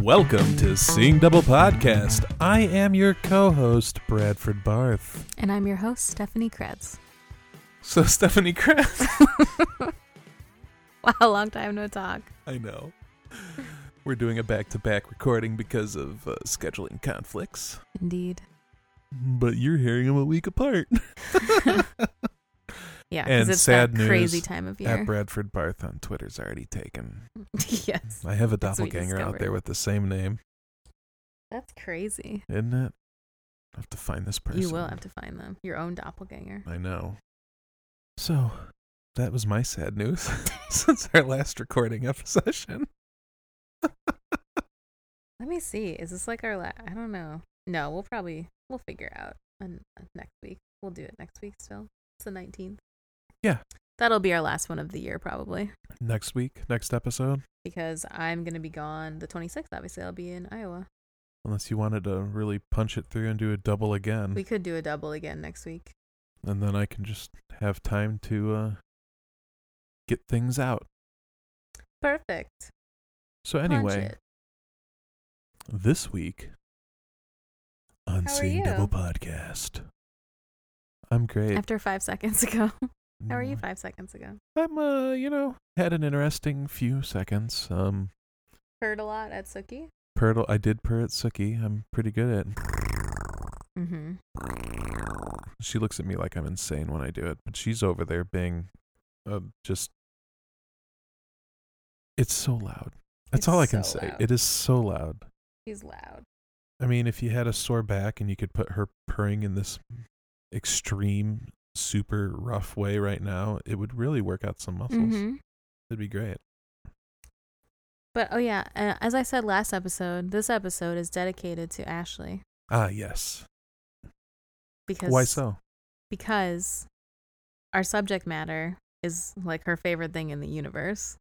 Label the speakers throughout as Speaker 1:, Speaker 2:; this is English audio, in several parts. Speaker 1: Welcome to Seeing Double Podcast. I am your co host, Bradford Barth.
Speaker 2: And I'm your host, Stephanie Krebs.
Speaker 1: So, Stephanie Krebs.
Speaker 2: Wow, long time no talk.
Speaker 1: I know. We're doing a back to back recording because of uh, scheduling conflicts,
Speaker 2: Indeed.
Speaker 1: but you're hearing them a week apart
Speaker 2: Yeah,
Speaker 1: And
Speaker 2: because it's
Speaker 1: sad
Speaker 2: that crazy
Speaker 1: news
Speaker 2: time
Speaker 1: at
Speaker 2: of year.
Speaker 1: Bradford Barth on Twitter's already taken.
Speaker 2: yes.
Speaker 1: I have a
Speaker 2: That's what we
Speaker 1: doppelganger out
Speaker 2: discovered.
Speaker 1: there with the same name,
Speaker 2: That's crazy.
Speaker 1: isn't it? I have to find this person.
Speaker 2: You will have to find them. Your own doppelganger.
Speaker 1: I know. So, that was my sad news since our last recording of session.
Speaker 2: Let me see. Is this like our last? I don't know. No, we'll probably we'll figure out an- next week. We'll do it next week still. It's the 19th.
Speaker 1: Yeah.
Speaker 2: That'll be our last one of the year probably
Speaker 1: Next week, next episode,
Speaker 2: because I'm going to be gone the 26th. Obviously, I'll be in Iowa.
Speaker 1: unless you wanted to really punch it through and do a double again,
Speaker 2: We could do a double again next week.
Speaker 1: and then I can just have time to uh, get things out.
Speaker 2: Perfect.
Speaker 1: So
Speaker 2: Punch
Speaker 1: anyway,
Speaker 2: it.
Speaker 1: this week on
Speaker 2: How are
Speaker 1: Seeing
Speaker 2: you?
Speaker 1: Double Podcast, I'm great.
Speaker 2: After 5 seconds ago. How are you 5 seconds ago?
Speaker 1: I'm uh, you know, had an interesting few seconds. Um,
Speaker 2: heard a lot at Suki.
Speaker 1: purred, I did purr at Suki. I'm pretty good at.
Speaker 2: Mm-hmm.
Speaker 1: She looks at me like I'm insane when I do it, but she's over there being, uh, just. It's so loud. That's
Speaker 2: It's
Speaker 1: all I can
Speaker 2: so
Speaker 1: say.
Speaker 2: loud.
Speaker 1: It is so loud.
Speaker 2: He's loud.
Speaker 1: I mean, if you had a sore back and you could put her purring in this extreme, super rough way right now, it would really work out some muscles.
Speaker 2: Mm-hmm.
Speaker 1: It'd be great.
Speaker 2: But oh yeah, uh, as I said last episode, this episode is dedicated to Ashley
Speaker 1: Ah, yes.
Speaker 2: because
Speaker 1: Why so?
Speaker 2: Because our subject matter is like her favorite thing in the universe,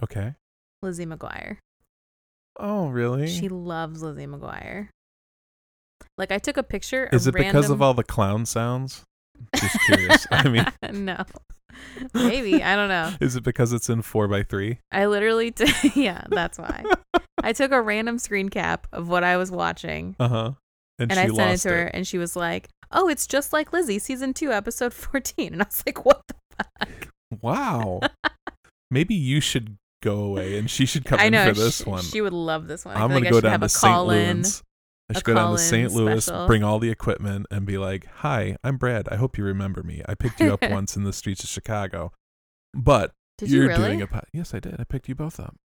Speaker 1: Okay.
Speaker 2: Lizzie McGuire.
Speaker 1: Oh, really?
Speaker 2: She loves Lizzie McGuire. Like I took a picture.
Speaker 1: Is
Speaker 2: of
Speaker 1: it because of
Speaker 2: random-
Speaker 1: all the clown sounds? Just curious. I mean,
Speaker 2: no, maybe I don't know.
Speaker 1: is it because it's in four by three?
Speaker 2: I literally, t- yeah, that's why. I took a random screen cap of what I was watching
Speaker 1: Uh huh. And,
Speaker 2: and
Speaker 1: she
Speaker 2: I sent it
Speaker 1: lost
Speaker 2: to her, and she was like, "Oh, it's just like Lizzie, season two, episode 14. And I was like, "What?" The-
Speaker 1: Wow. Maybe you should go away, and she should come
Speaker 2: I
Speaker 1: in
Speaker 2: know
Speaker 1: for this
Speaker 2: she,
Speaker 1: one.
Speaker 2: she would love this one. I
Speaker 1: I'm
Speaker 2: feel
Speaker 1: gonna
Speaker 2: like
Speaker 1: go
Speaker 2: I should
Speaker 1: down
Speaker 2: have
Speaker 1: to
Speaker 2: a
Speaker 1: St.
Speaker 2: call in.
Speaker 1: Louis. I
Speaker 2: a
Speaker 1: should go down to
Speaker 2: call-in
Speaker 1: St. Louis,
Speaker 2: special.
Speaker 1: bring all the equipment, and be like, "Hi, I'm Brad. I hope you remember me. I picked you up once in the streets of Chicago, but
Speaker 2: Did
Speaker 1: you're
Speaker 2: you really?
Speaker 1: doing a pod- yes, I did. I picked you both up.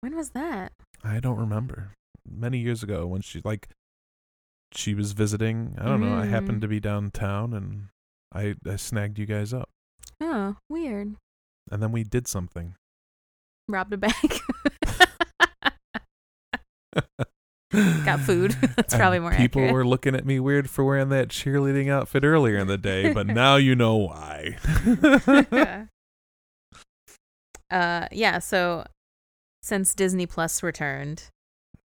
Speaker 2: when was that?
Speaker 1: I don't remember. Many years ago, when she like she was visiting, I don't know. I happened
Speaker 2: Mm.
Speaker 1: to be downtown, and I I snagged you guys up,
Speaker 2: Oh, weird.
Speaker 1: and then we did something.
Speaker 2: Robbed a bank. Got food. That's
Speaker 1: And
Speaker 2: probably more
Speaker 1: People
Speaker 2: accurate.
Speaker 1: were looking at me weird for wearing that cheerleading outfit earlier in the day, but now you know why.
Speaker 2: uh, yeah. So since Disney Plus returned,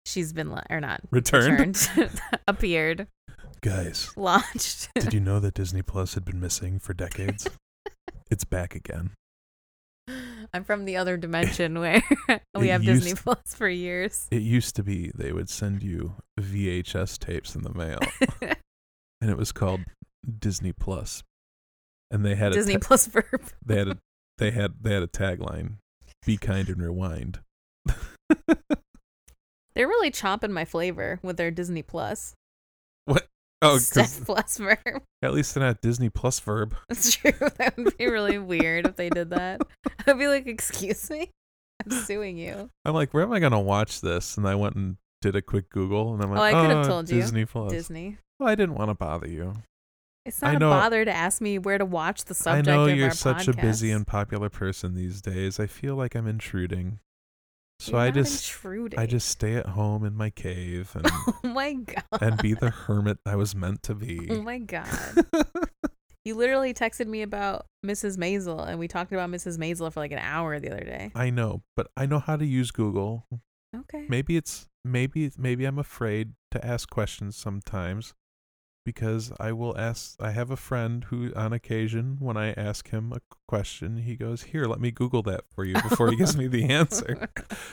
Speaker 2: she's been la- or not
Speaker 1: Returned?
Speaker 2: returned appeared,
Speaker 1: Guys,
Speaker 2: launched.
Speaker 1: did you know that Disney Plus had been missing for decades? it's back again.
Speaker 2: I'm from the other dimension where we
Speaker 1: It
Speaker 2: have Disney
Speaker 1: used-
Speaker 2: Plus for years.
Speaker 1: It used to be they would send you VHS tapes in the mail, and it was called Disney Plus. And they had
Speaker 2: Disney
Speaker 1: a ta-
Speaker 2: Plus verb.
Speaker 1: they had a, they had they had a tagline: "Be kind and rewind."
Speaker 2: They're really chomping my flavor with their Disney Plus.
Speaker 1: Oh, 'cause
Speaker 2: Steph Plus verb.
Speaker 1: at least they're not Disney Plus verb.
Speaker 2: That's true. That would be really weird if they did that. I'd be like, excuse me? I'm suing you.
Speaker 1: I'm like, where am I gonna watch this? And I went and did a quick Google, and I'm like,
Speaker 2: Oh, I could have
Speaker 1: "Ah,
Speaker 2: told you.
Speaker 1: Disney Plus.
Speaker 2: Disney.
Speaker 1: Well, I didn't want to bother you.
Speaker 2: It's
Speaker 1: I
Speaker 2: not a
Speaker 1: know-
Speaker 2: bother to ask me where to watch the subject
Speaker 1: I know
Speaker 2: of
Speaker 1: you're
Speaker 2: our
Speaker 1: such a
Speaker 2: podcast.
Speaker 1: busy and popular person these days. I feel like I'm intruding, so
Speaker 2: You're
Speaker 1: I
Speaker 2: not
Speaker 1: just
Speaker 2: intruding.
Speaker 1: I just stay at home in my cave and
Speaker 2: Oh my god.
Speaker 1: and be the hermit I was meant to
Speaker 2: Oh
Speaker 1: be.
Speaker 2: my god. You literally texted me about Mrs. Maisel, and we talked about Mrs. Maisel for like an hour the other day.
Speaker 1: I know, but I know how to use Google.
Speaker 2: Okay.
Speaker 1: Maybe it's maybe maybe I'm afraid to ask questions sometimes because I will ask I have a friend who on occasion when I ask him a question, he goes, "Here, let me Google that for you" before he gives me the answer.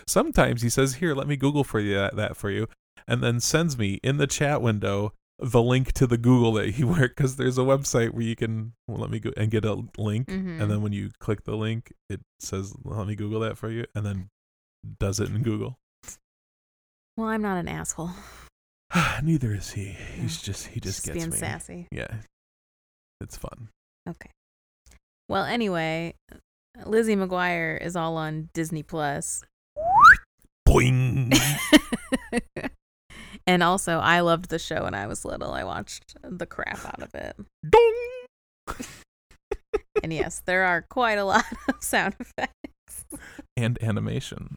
Speaker 1: Sometimes he says, "Here, let me Google for you that, that for you." And then sends me in the chat window the link to the Google that he worked because there's a website where you can well, let me go and get a link,
Speaker 2: Mhm.
Speaker 1: and then when you click the link, it says let me Google that for you, and then does it in Google.
Speaker 2: Well, I'm not an asshole.
Speaker 1: Neither is he.
Speaker 2: No.
Speaker 1: He's just he just,
Speaker 2: Just
Speaker 1: gets
Speaker 2: being
Speaker 1: me.
Speaker 2: sassy.
Speaker 1: Yeah, it's fun.
Speaker 2: Okay. Well, anyway, Lizzie McGuire is all on Disney Plus,
Speaker 1: Boing.
Speaker 2: and also I loved the show when I was little. I watched the crap out of it,
Speaker 1: Dong.
Speaker 2: and yes, there are quite a lot of sound effects.
Speaker 1: And animation.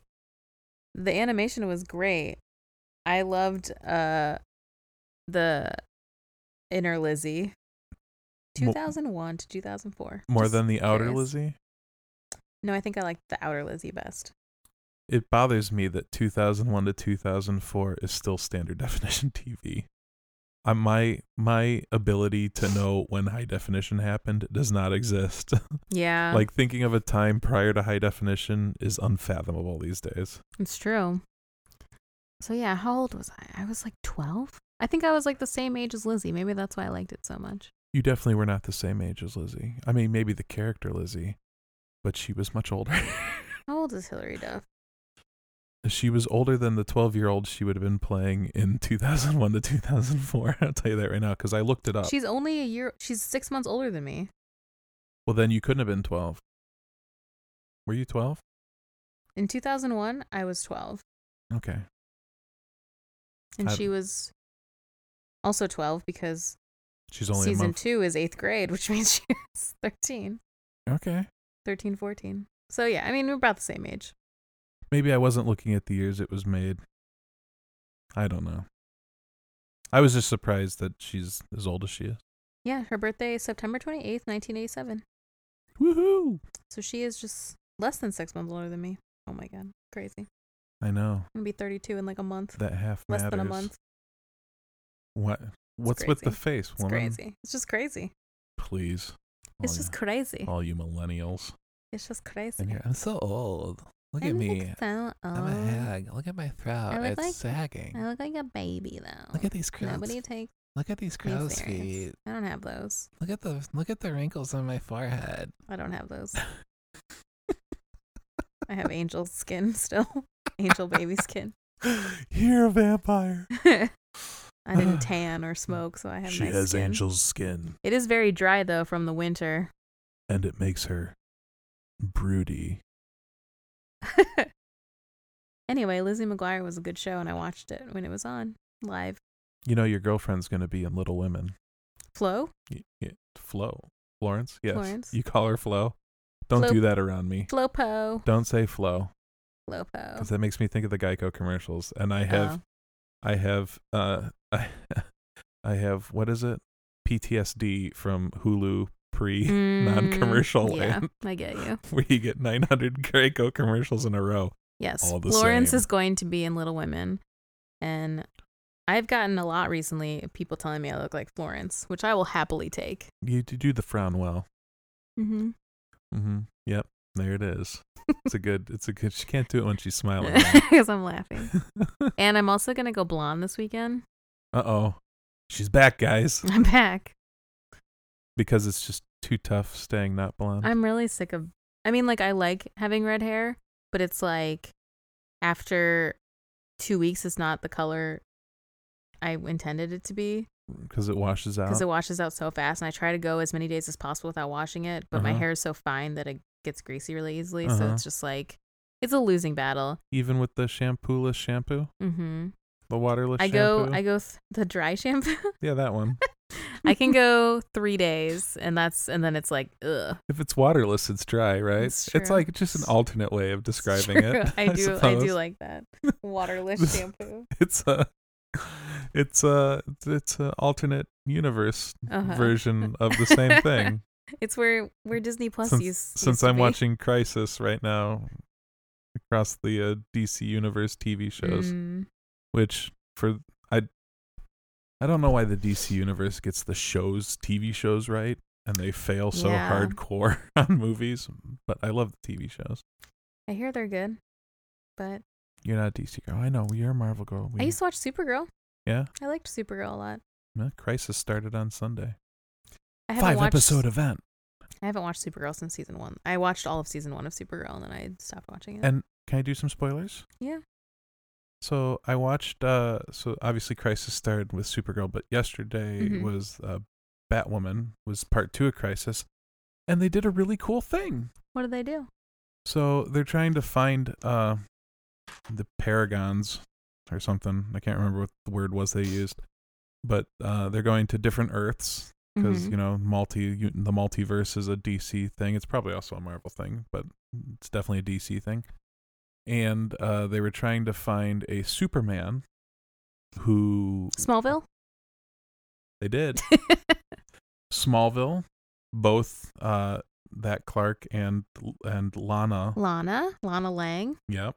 Speaker 2: the animation was great. I loved uh the inner Lizzie.
Speaker 1: Mo-
Speaker 2: 2001 to 2004.
Speaker 1: More
Speaker 2: Just
Speaker 1: than the outer
Speaker 2: curious.
Speaker 1: Lizzie.
Speaker 2: No, I think I liked the outer Lizzie best.
Speaker 1: It bothers me that 2001 to 2004 is still standard definition TV. Uh, my my ability to know when high definition happened does not exist.
Speaker 2: Yeah.
Speaker 1: like thinking of a time prior to high definition is unfathomable these days.
Speaker 2: it's true. So yeah, how old was I? I was like 12. I think I was like the same age as Lizzie. Maybe that's why I liked it so much.
Speaker 1: You definitely were not the same age as Lizzie. I mean, maybe the character Lizzie, but she was much older.
Speaker 2: How old is Hillary Duff?
Speaker 1: If she was older than the 12 year old she would have been playing in 2001 to 2004. I'll tell you that right now because I looked it up.
Speaker 2: She's only a year she's 6 months older than me.
Speaker 1: well, then you couldn't have been 12. Were you 12?
Speaker 2: In 2001, I was 12.
Speaker 1: Okay.
Speaker 2: And
Speaker 1: I-
Speaker 2: she was also 12 because
Speaker 1: She's only a
Speaker 2: season
Speaker 1: month.
Speaker 2: two is eighth grade, which means she was 13,
Speaker 1: Okay.
Speaker 2: 13, 14. So yeah, I mean, we're about the same age.
Speaker 1: Maybe I wasn't looking at the years it was made. I don't know. I was just surprised that she's as old as she is.
Speaker 2: Yeah, her birthday is September 28th, 1987.
Speaker 1: Woohoo!
Speaker 2: So she is just less than six months older than me. Oh my God, crazy.
Speaker 1: I know.
Speaker 2: I'm going to be 32 in like a month,
Speaker 1: That half
Speaker 2: less
Speaker 1: matters.
Speaker 2: than a month.
Speaker 1: What? What's with the
Speaker 2: crazy.
Speaker 1: face,
Speaker 2: It's
Speaker 1: woman?
Speaker 2: crazy. It's just crazy.
Speaker 1: Please.
Speaker 3: Oh,
Speaker 2: It's
Speaker 1: all
Speaker 2: just
Speaker 1: you,
Speaker 2: crazy.
Speaker 1: all you millennials.
Speaker 2: It's just crazy.
Speaker 3: And you're, I'm so old. Look at
Speaker 2: I look
Speaker 3: me.
Speaker 2: so
Speaker 3: I'm a
Speaker 2: old.
Speaker 3: hag. Look at my throat.
Speaker 2: look
Speaker 3: It's
Speaker 2: like-
Speaker 3: sagging.
Speaker 2: I look like a baby though.
Speaker 3: Look at these crow's.
Speaker 2: Nobody takes.
Speaker 3: Look at these
Speaker 2: me
Speaker 3: crow's
Speaker 2: serious.
Speaker 3: feet.
Speaker 2: I don't have those.
Speaker 3: Look at the look at the wrinkles on my forehead.
Speaker 2: I don't have those. I have angel skin still. Angel baby skin.
Speaker 1: You're a vampire.
Speaker 2: I didn't tan or smoke, so I have nice skin.
Speaker 1: skin,
Speaker 2: It is very dry though from the winter.
Speaker 1: and it makes her broody.
Speaker 2: anyway, Lizzie McGuire was a good show and I watched it when it was on live.
Speaker 1: You know, your girlfriend's gonna be in Little Women.
Speaker 2: Flo?
Speaker 1: Y- y- Flo, Florence. Yes,
Speaker 2: Florence.
Speaker 1: you call her Flo. Don't
Speaker 2: Flo.
Speaker 1: do that around me.
Speaker 2: Flopo.
Speaker 1: Don't say Flo, because
Speaker 2: Flopo.
Speaker 1: that makes me think of the Geico commercials. And I have,
Speaker 2: Oh.
Speaker 1: I have, uh, I, I have. What is it? PTSD from Hulu pre
Speaker 2: Mm,
Speaker 1: non-commercial
Speaker 2: Yeah,
Speaker 1: land,
Speaker 2: I get you.
Speaker 1: where you get 900 Geico commercials in a row.
Speaker 2: Yes.
Speaker 1: All the
Speaker 2: Lawrence
Speaker 1: same.
Speaker 2: is going to be in Little Women. And I've gotten a lot recently of people telling me I look like Florence, which I will happily take.
Speaker 1: You d- do the frown well.
Speaker 2: Mm-hmm.
Speaker 1: Mm-hmm. Yep. There it is. It's a good. It's a good. She can't do it when she's smiling.
Speaker 2: Because I'm laughing.
Speaker 1: uh
Speaker 2: And I'm also going to go blonde this weekend.
Speaker 1: oh, she's back, guys.
Speaker 2: I'm back.
Speaker 1: Because it's just too tough staying not blonde.
Speaker 2: I'm really sick of. I mean, like, I like having red hair, but it's like after two weeks, it's not the color I intended it to be
Speaker 1: Because it washes out.
Speaker 2: because it washes out so fast. And I try to go as many days as possible without washing it, but my
Speaker 1: Uh-huh.
Speaker 2: hair is so fine that it gets greasy really easily. So
Speaker 1: Uh-huh.
Speaker 2: it's just like, it's a losing battle.
Speaker 1: Even with the shampooless shampoo,
Speaker 2: Mm-hmm.
Speaker 1: the waterless
Speaker 2: I go,
Speaker 1: shampoo.
Speaker 2: I go th- the dry shampoo.
Speaker 1: Yeah, that one.
Speaker 2: I can go three days, and that's and then it's like, ugh.
Speaker 1: if it's waterless, it's dry, right?
Speaker 2: It's true.
Speaker 1: like just an alternate way of
Speaker 2: It's
Speaker 1: describing
Speaker 2: true.
Speaker 1: it.
Speaker 2: I do. I,
Speaker 1: suppose.
Speaker 2: do like that waterless
Speaker 1: This-
Speaker 2: shampoo.
Speaker 1: It's a. It's a it's an alternate universe
Speaker 2: Uh-huh.
Speaker 1: version of the same thing.
Speaker 2: It's where where Disney Plus
Speaker 1: since
Speaker 2: used, used
Speaker 1: since
Speaker 2: to
Speaker 1: I'm
Speaker 2: be.
Speaker 1: watching Crisis right now across the uh, DC Universe TV shows,
Speaker 2: Mm,
Speaker 1: which for I I don't know why the DC Universe gets the shows TV shows right and they fail so
Speaker 2: Yeah.
Speaker 1: hardcore on movies, but I love the TV shows.
Speaker 2: I hear they're good, but
Speaker 1: You're not a DC girl. I know you're a Marvel girl.
Speaker 2: I
Speaker 1: We-
Speaker 2: used to watch Supergirl.
Speaker 1: yeah,
Speaker 2: I liked Supergirl a lot.
Speaker 1: yeah, Crisis started on Sunday.
Speaker 2: I haven't
Speaker 1: Five
Speaker 2: watched,
Speaker 1: episode event.
Speaker 2: I haven't watched Supergirl since season one. I watched all of season one of Supergirl and then I stopped watching it.
Speaker 1: And can I do some spoilers?
Speaker 2: Yeah.
Speaker 1: So I watched. Uh, so obviously, Crisis started with Supergirl, but yesterday
Speaker 2: Mhm.
Speaker 1: was uh, Batwoman was part two of Crisis, and they did a really cool thing.
Speaker 2: what did they do?
Speaker 1: So they're trying to find uh, the Paragons or something. I can't remember what the word was they used, but uh, they're going to different Earths because
Speaker 2: Mhm.
Speaker 1: Mm-hmm. you know multi you- the multiverse is a DC thing. It's probably also a Marvel thing, but it's definitely a DC thing. And uh, they were trying to find a Superman who
Speaker 2: Smallville.
Speaker 1: they did Smallville, both uh, that Clark and and Lana.
Speaker 2: Lana, Lana Lang.
Speaker 1: Yep.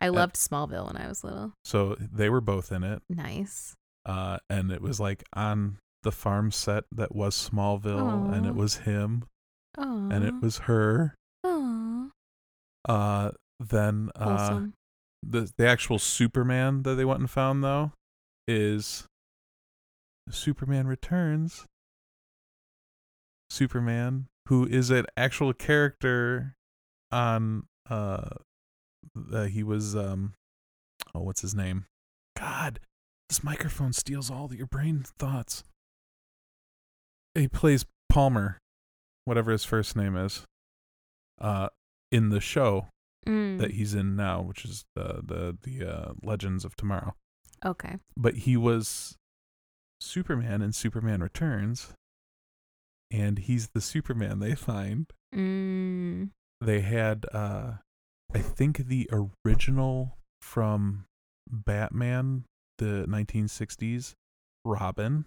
Speaker 2: I
Speaker 1: Yep.
Speaker 2: loved Smallville when I was little.
Speaker 1: So they were both in it,
Speaker 2: Nice.
Speaker 1: uh, and it was like on the farm set that was Smallville, and
Speaker 2: Aw.
Speaker 1: it was him,
Speaker 2: Oh.
Speaker 1: and it was her.
Speaker 2: Oh.
Speaker 1: Uh, then uh,
Speaker 2: Awesome.
Speaker 1: the the actual Superman that they went and found though is Superman Returns. Superman, who is an actual character on uh, uh he was um oh what's his name? God, this microphone steals all your brain thoughts. He plays Palmer, whatever his first name is, uh in the show
Speaker 2: Mm.
Speaker 1: that he's in now, which is the the the uh, Legends of Tomorrow.
Speaker 2: okay.
Speaker 1: But he was Superman in Superman Returns, and he's the Superman they find.
Speaker 2: Mm.
Speaker 1: They had, uh, I think, the original from Batman, the 1960s Robin,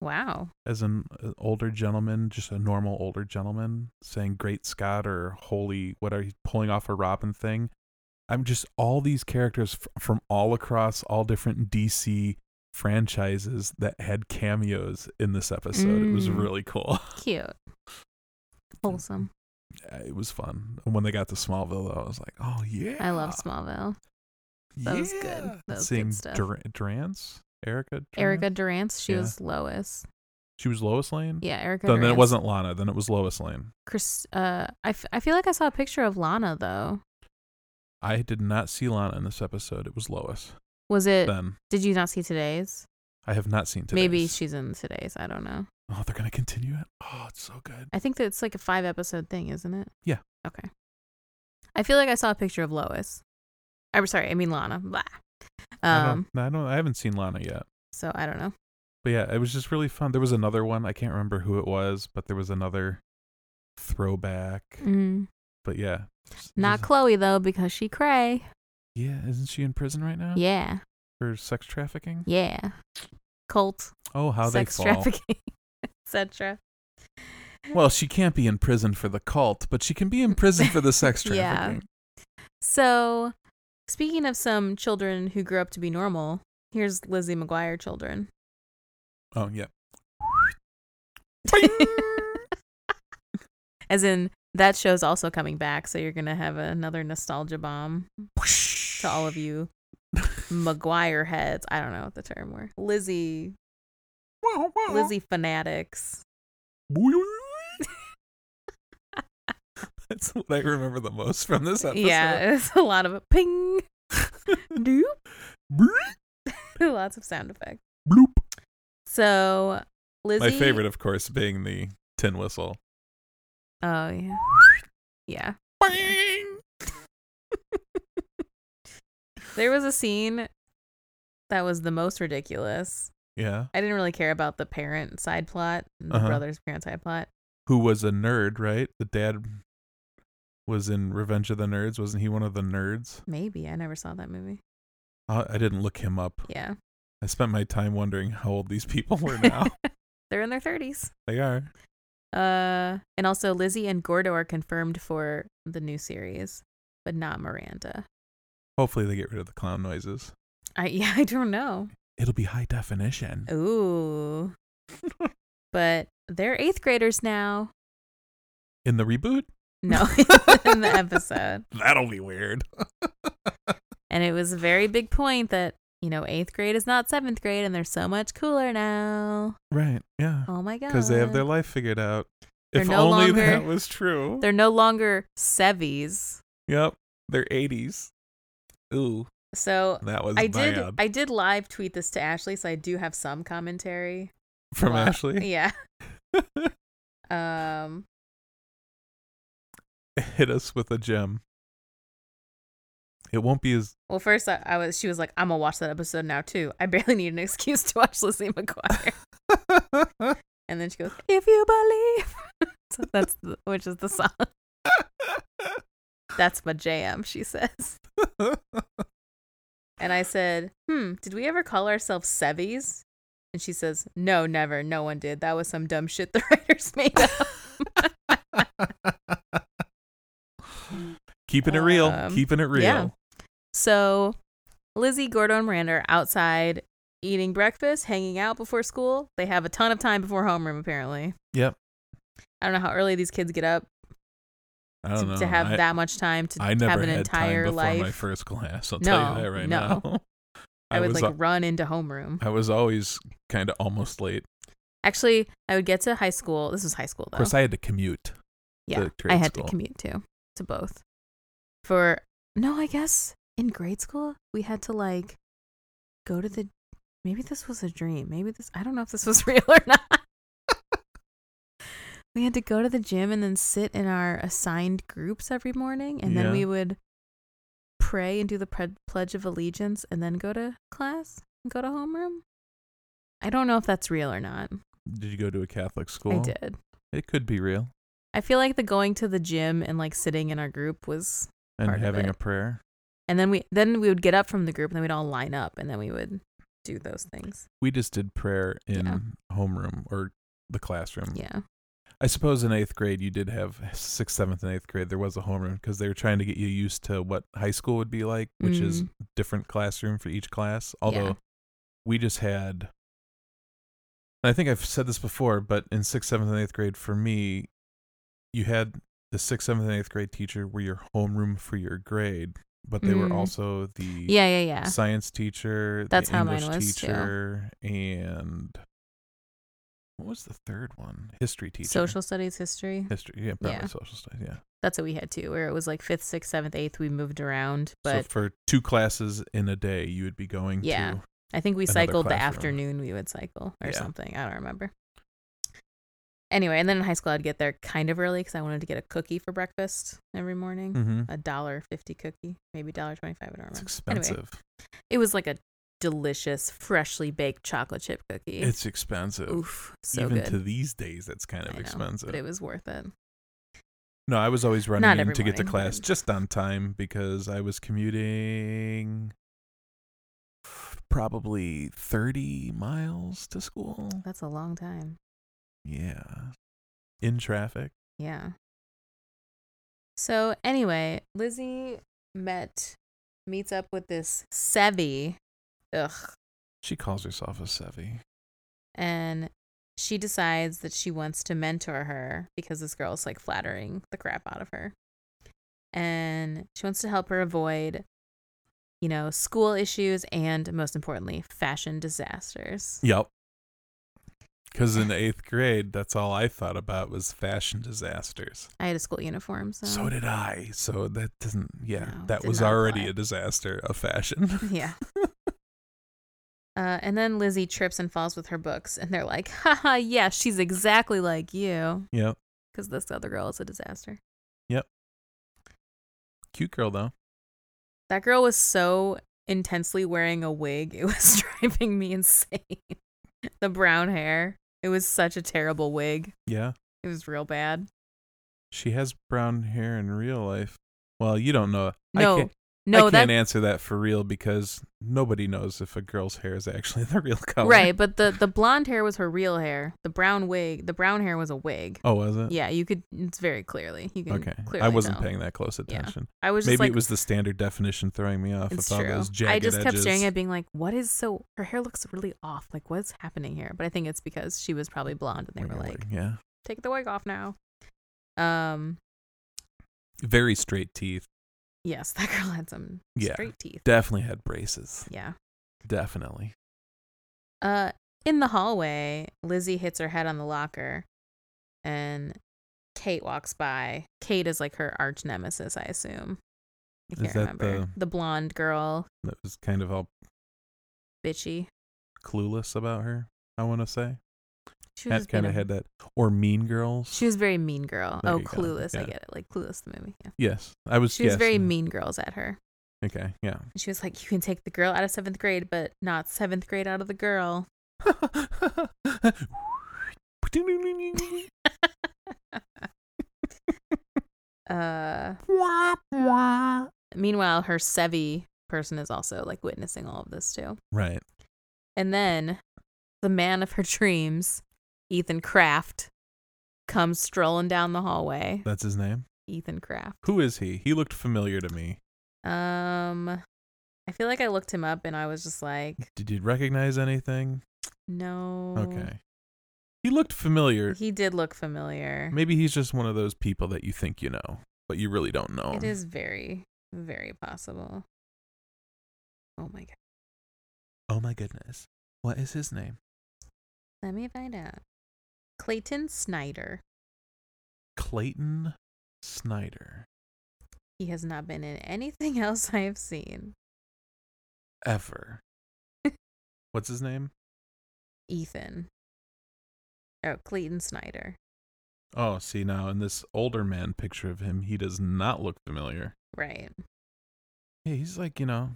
Speaker 2: Wow.
Speaker 1: as an uh, older gentleman, just a normal older gentleman, saying "Great Scott" or "Holy," what are you pulling off a Robin thing? I'm just all these characters f- from all across all different DC franchises that had cameos in this episode. It was
Speaker 2: Mm.
Speaker 1: really cool.
Speaker 2: Cute. Wholesome.
Speaker 1: Yeah, it was fun. And when they got to Smallville, I was like, "Oh yeah,
Speaker 2: I love Smallville. That was good.
Speaker 1: yeah."
Speaker 2: That was good
Speaker 1: Seeing
Speaker 2: stuff.
Speaker 1: Dur- Durance, Erica, Durance?
Speaker 2: Erica Durance, she
Speaker 1: Yeah.
Speaker 2: was Lois.
Speaker 1: She was Lois Lane.
Speaker 2: Yeah, Erica
Speaker 1: Then, then
Speaker 2: Durance.
Speaker 1: it wasn't Lana. Then it was Lois Lane.
Speaker 2: Chris, uh, I, f- I feel like I saw a picture of Lana though.
Speaker 1: I did not see Lana in this episode. It was Lois.
Speaker 2: Was it?
Speaker 1: Then
Speaker 2: Did you not see today's?
Speaker 1: I have not seen today.
Speaker 2: Maybe she's in today's. I don't know.
Speaker 1: Oh, they're gonna continue it. Oh, it's so good.
Speaker 2: I think that it's like a five episode thing, isn't it?
Speaker 1: Yeah.
Speaker 2: Okay. I feel like I saw a picture of Lois. I'm sorry. I mean Lana. Blah.
Speaker 1: I don't,
Speaker 2: Um.
Speaker 1: no, I don't. I haven't seen Lana yet.
Speaker 2: So I don't know.
Speaker 1: But yeah, it was just really fun. There was another one. I can't remember who it was, but there was another throwback.
Speaker 2: Mm.
Speaker 1: But yeah, just-
Speaker 2: Not
Speaker 1: just-
Speaker 2: Chloe though, because she cray.
Speaker 1: yeah, isn't she in prison right now
Speaker 2: Yeah.
Speaker 1: for sex trafficking?
Speaker 2: Yeah. Cult.
Speaker 1: Oh, how
Speaker 2: sex
Speaker 1: they fall.
Speaker 2: trafficking, etc.
Speaker 1: Well, she can't be in prison for the cult, but she can be in prison for the sex
Speaker 2: Yeah.
Speaker 1: trafficking.
Speaker 2: So, speaking of some children who grew up to be normal, here's Lizzie McGuire children.
Speaker 1: Oh yeah.
Speaker 2: As in, that show's also coming back, so you're going to have another nostalgia bomb to all of you McGuire heads. I don't know what the term were. Lizzie, Lizzie fanatics.
Speaker 1: That's what I remember the most from this episode.
Speaker 2: Yeah, it's a lot of ping, doop, lots of sound effects.
Speaker 1: Bloop.
Speaker 2: So,
Speaker 1: My
Speaker 2: Lizzie.
Speaker 1: favorite, of course, being the tin whistle.
Speaker 2: Oh, yeah. Yeah.
Speaker 1: Bang!
Speaker 2: There was a scene that was the most ridiculous.
Speaker 1: Yeah.
Speaker 2: I didn't really care about the parent side plot, the
Speaker 1: Uh-huh.
Speaker 2: brother's parent side plot.
Speaker 1: Who was a nerd, right? The dad was in Revenge of the Nerds. Wasn't he one of the nerds?
Speaker 2: Maybe. I never saw that movie.
Speaker 1: I I didn't look him up.
Speaker 2: Yeah.
Speaker 1: I spent my time wondering how old these people were now.
Speaker 2: They're in their 30s.
Speaker 1: they are.
Speaker 2: Uh, and also Lizzie and Gordo are confirmed for the new series, but not Miranda.
Speaker 1: Hopefully they get rid of the clown noises.
Speaker 2: I yeah, I don't know.
Speaker 1: It'll be high definition.
Speaker 2: Oh. Ooh. but they're eighth graders now.
Speaker 1: In the reboot?
Speaker 2: No, in the episode.
Speaker 1: That'll be weird.
Speaker 2: And it was a very big point that, you know, eighth grade is not seventh grade and they're so much cooler now.
Speaker 1: Right. Yeah.
Speaker 2: Oh my God.
Speaker 1: Because they have their life figured out.
Speaker 2: They're
Speaker 1: if
Speaker 2: no
Speaker 1: only
Speaker 2: longer-
Speaker 1: that was true.
Speaker 2: They're no longer sevies.
Speaker 1: Yep. They're 80s. Ooh,
Speaker 2: So
Speaker 1: that was
Speaker 2: I did
Speaker 1: bad.
Speaker 2: I did live tweet this to Ashley, so I do have some commentary.
Speaker 1: From
Speaker 2: Well,
Speaker 1: Ashley.
Speaker 2: Yeah. um
Speaker 1: Hit us with a gem. It won't be as
Speaker 2: well first I, I was she was like, I'm gonna watch that episode now too. I barely need an excuse to watch Lizzie McGuire. and then she goes, If you believe so that's the, which is the song. That's my jam, she says. And I said, Hmm, did we ever call ourselves Sevies? And she says, No, never. No one did. That was some dumb shit the writers made up.
Speaker 1: keeping it real.
Speaker 2: Um,
Speaker 1: keeping it real.
Speaker 2: yeah. So Lizzie, Gordo, and Miranda are outside eating breakfast, hanging out before school. They have a ton of time before homeroom, apparently.
Speaker 1: Yep.
Speaker 2: I don't know how early these kids get up
Speaker 1: I
Speaker 2: to,
Speaker 1: don't know.
Speaker 2: to have
Speaker 1: I,
Speaker 2: that much time to
Speaker 1: I never
Speaker 2: have an
Speaker 1: had
Speaker 2: entire
Speaker 1: time before
Speaker 2: life.
Speaker 1: my first class. I'll
Speaker 2: No,
Speaker 1: tell you that right
Speaker 2: no.
Speaker 1: now.
Speaker 2: I, would
Speaker 1: was
Speaker 2: like run into homeroom.
Speaker 1: I was always kind of almost late.
Speaker 2: Actually, I would get to high school. This was high school
Speaker 1: Of
Speaker 2: though.
Speaker 1: course, I had to commute.
Speaker 2: yeah,
Speaker 1: to grade
Speaker 2: I had
Speaker 1: school.
Speaker 2: to commute too to both. For no, I guess in grade school we had to like go to the. Maybe this was a dream. Maybe this. I don't know if this was real or not. we had to go to the gym and then sit in our assigned groups every morning, and then
Speaker 1: Yeah.
Speaker 2: we would pray and do the pred pledge of allegiance, and then go to class and go to homeroom. I don't know if that's real or not.
Speaker 1: Did you go to a Catholic school?
Speaker 2: I did.
Speaker 1: It could be real.
Speaker 2: I feel like the going to the gym and like sitting in our group was
Speaker 1: And
Speaker 2: Part of
Speaker 1: having
Speaker 2: it.
Speaker 1: a prayer.
Speaker 2: and then we then we would get up from the group and then we'd all line up and then we would do those things.
Speaker 1: We just did prayer in
Speaker 2: Yeah.
Speaker 1: homeroom or the classroom.
Speaker 2: Yeah.
Speaker 1: I suppose in eighth grade you did have sixth, seventh, and eighth grade. There was a homeroom because they were trying to get you used to what high school would be like, which is
Speaker 2: Mm.
Speaker 1: different classroom for each class. Although
Speaker 2: Yeah.
Speaker 1: we just had, and I think I've said this before, but in sixth, seventh, and eighth grade for me, you had the sixth, seventh, and eighth grade teacher were your homeroom for your grade, but they were
Speaker 2: Mm.
Speaker 1: also the
Speaker 2: Yeah, yeah, yeah.
Speaker 1: science teacher,
Speaker 2: That's
Speaker 1: the
Speaker 2: how mine
Speaker 1: English
Speaker 2: was, too.
Speaker 1: teacher, and what was the third one? History teacher.
Speaker 2: Social studies history.
Speaker 1: history. Yeah, probably
Speaker 2: Yeah.
Speaker 1: social studies. Yeah.
Speaker 2: That's what we had too, where it was like fifth, sixth, seventh, eighth, we moved around. But
Speaker 1: so for two classes in a day, you would be going
Speaker 2: Yeah.
Speaker 1: to.
Speaker 2: I think we
Speaker 1: another
Speaker 2: cycled the
Speaker 1: classroom.
Speaker 2: afternoon we would cycle or
Speaker 1: Yeah.
Speaker 2: something. I don't remember. Anyway, and then in high school I'd get there kind of early because I wanted to get a cookie for breakfast every morning.
Speaker 1: Mm-hmm.
Speaker 2: A dollar fifty cookie, maybe dollar twenty five. I don't remember.
Speaker 1: It's
Speaker 2: Anyway.
Speaker 1: expensive.
Speaker 2: It was like a delicious, freshly baked chocolate chip cookie.
Speaker 1: It's expensive.
Speaker 2: oof, so
Speaker 1: Even
Speaker 2: good.
Speaker 1: to these days, that's kind of
Speaker 2: I know,
Speaker 1: expensive.
Speaker 2: but it was worth it.
Speaker 1: no, I was always running
Speaker 2: Not
Speaker 1: in
Speaker 2: every
Speaker 1: to get to
Speaker 2: morning,
Speaker 1: class
Speaker 2: but-
Speaker 1: just on time because I was commuting probably 30 miles to school.
Speaker 2: That's a long time.
Speaker 1: Yeah. In traffic.
Speaker 2: Yeah. So anyway, Lizzie met meets up with this Sevi. Ugh.
Speaker 1: She calls herself a Sevy.
Speaker 2: And she decides that she wants to mentor her because this girl's like flattering the crap out of her. And she wants to help her avoid, you know, school issues and most importantly, fashion disasters.
Speaker 1: Yep. Because in eighth grade, that's all I thought about was fashion disasters.
Speaker 2: I had a school uniform, so,
Speaker 1: So did I. So that doesn't, yeah,
Speaker 2: Oh. No,
Speaker 1: that
Speaker 2: did
Speaker 1: was
Speaker 2: not
Speaker 1: already
Speaker 2: apply.
Speaker 1: a disaster of fashion.
Speaker 2: Yeah. uh, and then Lizzie trips and falls with her books, and they're like, haha, yeah, she's exactly like you.
Speaker 1: yep.
Speaker 2: Because this other girl is a disaster.
Speaker 1: Cute girl, though.
Speaker 2: That girl was so intensely wearing a wig, it was driving me insane. the brown hair, it was such a terrible wig.
Speaker 1: Yeah.
Speaker 2: It was real bad.
Speaker 1: She has brown hair in real life. Well, you don't know. I
Speaker 2: No,
Speaker 1: can't-
Speaker 2: No,
Speaker 1: I
Speaker 2: that
Speaker 1: can't answer that for real because nobody knows if a girl's hair is actually the real color.
Speaker 2: right, but the the blonde hair was her real hair. The brown wig, the brown hair was a wig.
Speaker 1: Oh, was it?
Speaker 2: Yeah, you could. It's very clearly. You can
Speaker 1: Okay.
Speaker 2: clearly.
Speaker 1: I wasn't
Speaker 2: tell.
Speaker 1: paying that close
Speaker 2: Yeah.
Speaker 1: attention.
Speaker 2: I was
Speaker 1: Maybe
Speaker 2: just like,
Speaker 1: it was the standard definition throwing me off
Speaker 2: It's
Speaker 1: with all
Speaker 2: true.
Speaker 1: those jagged
Speaker 2: I just kept
Speaker 1: edges.
Speaker 2: staring at, it being like, "What is so?" Her hair looks really off. Like, what's happening here? But I think it's because she was probably blonde, and they
Speaker 1: Oh
Speaker 2: were like,
Speaker 1: yeah.
Speaker 2: "Take the wig off now." Um.
Speaker 1: Very straight teeth.
Speaker 2: Yes, that girl had some
Speaker 1: Yeah.
Speaker 2: straight teeth.
Speaker 1: Definitely had braces.
Speaker 2: Yeah.
Speaker 1: Definitely.
Speaker 2: Uh, in the hallway, Lizzie hits her head on the locker, and Kate walks by. Kate is like her arch nemesis, I assume. I
Speaker 1: Is
Speaker 2: can't
Speaker 1: that
Speaker 2: remember
Speaker 1: the-
Speaker 2: the blonde girl,
Speaker 1: That was kind of all
Speaker 2: bitchy.
Speaker 1: clueless about her, I want to say.
Speaker 2: She was
Speaker 1: That
Speaker 2: just being
Speaker 1: kind of
Speaker 2: a-
Speaker 1: had that. Or Mean Girls.
Speaker 2: She was very mean girl.
Speaker 1: There
Speaker 2: oh,
Speaker 1: you go.
Speaker 2: clueless. I
Speaker 1: Yeah.
Speaker 2: get it. Like clueless, the movie. Yeah.
Speaker 1: yes. I was.
Speaker 2: She was
Speaker 1: yes,
Speaker 2: very
Speaker 1: no.
Speaker 2: mean girls at her.
Speaker 1: Okay. Yeah.
Speaker 2: And she was like, You can take the girl out of seventh grade, but not seventh grade out of the girl. Uh meanwhile, her Sevi person is also like witnessing all of this too.
Speaker 1: right.
Speaker 2: And then the man of her dreams, Ethan Kraft, comes strolling down the hallway.
Speaker 1: That's his name.
Speaker 2: Ethan Kraft.
Speaker 1: Who is he? He looked familiar to me.
Speaker 2: Um I feel like I looked him up and I was just like,
Speaker 1: Did you recognize anything?
Speaker 2: no.
Speaker 1: Okay. He looked familiar.
Speaker 2: He did look familiar.
Speaker 1: Maybe he's just one of those people that you think you know, but you really don't know.
Speaker 2: It
Speaker 1: him.
Speaker 2: is very, very possible. Oh my god.
Speaker 1: Oh my goodness. What is his name?
Speaker 2: Let me find out. Clayton Snyder.
Speaker 1: Clayton Snyder.
Speaker 2: He has not been in anything else I have seen.
Speaker 1: Ever. What's his name?
Speaker 2: Ethan. Oh, Clayton Snyder.
Speaker 1: Oh, see now in this older man picture of him, he does not look familiar.
Speaker 2: Right.
Speaker 1: Yeah, he's like, you know,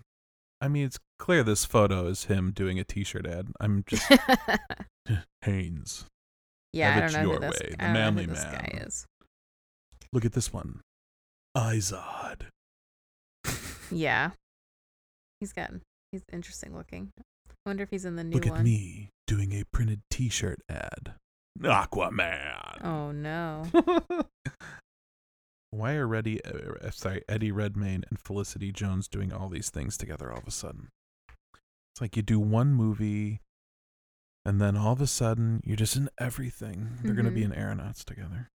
Speaker 1: I mean, it's clear this photo is him doing a t-shirt ad. I'm just Haynes.
Speaker 2: yeah,
Speaker 1: Have
Speaker 2: I
Speaker 1: it
Speaker 2: don't know
Speaker 1: your
Speaker 2: who this,
Speaker 1: way, the
Speaker 2: I don't know who
Speaker 1: manly
Speaker 2: this guy
Speaker 1: man.
Speaker 2: is.
Speaker 1: Look at this one. Izod.
Speaker 2: Yeah. He's got he's interesting looking. I wonder if he's in the new
Speaker 1: Look
Speaker 2: one.
Speaker 1: at me doing a printed t-shirt ad. Aquaman.
Speaker 2: Oh no.
Speaker 1: Why are Reddy, uh, sorry, Eddie Redmayne and Felicity Jones doing all these things together all of a sudden? It's like you do one movie, and then all of a sudden you're just in everything. They're going to be
Speaker 2: Mm-hmm.
Speaker 1: in aeronauts together.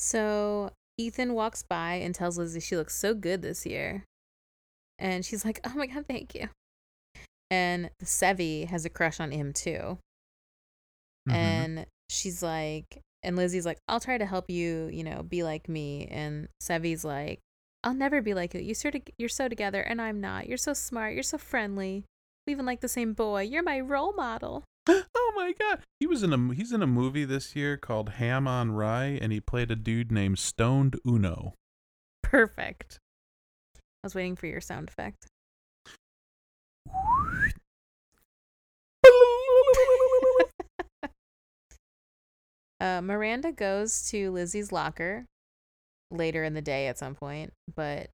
Speaker 2: So Ethan walks by and tells Lizzie she looks so good this year. And she's like, Oh my God, thank you. And the Sevi has a crush on him too.
Speaker 1: Mhm.
Speaker 2: And she's like, And Lizzie's like, I'll try to help you, you know, be like me. And Sevi's like, I'll never be like you. You sort of, you're so together, and I'm not. You're so smart. You're so friendly. We even like the same boy. You're my role model.
Speaker 1: oh my god, he was in a he's in a movie this year called Ham on Rye, and he played a dude named Stoned Uno.
Speaker 2: Perfect. I was waiting for your sound effect. uh, Miranda goes to Lizzie's locker later in the day at some point, but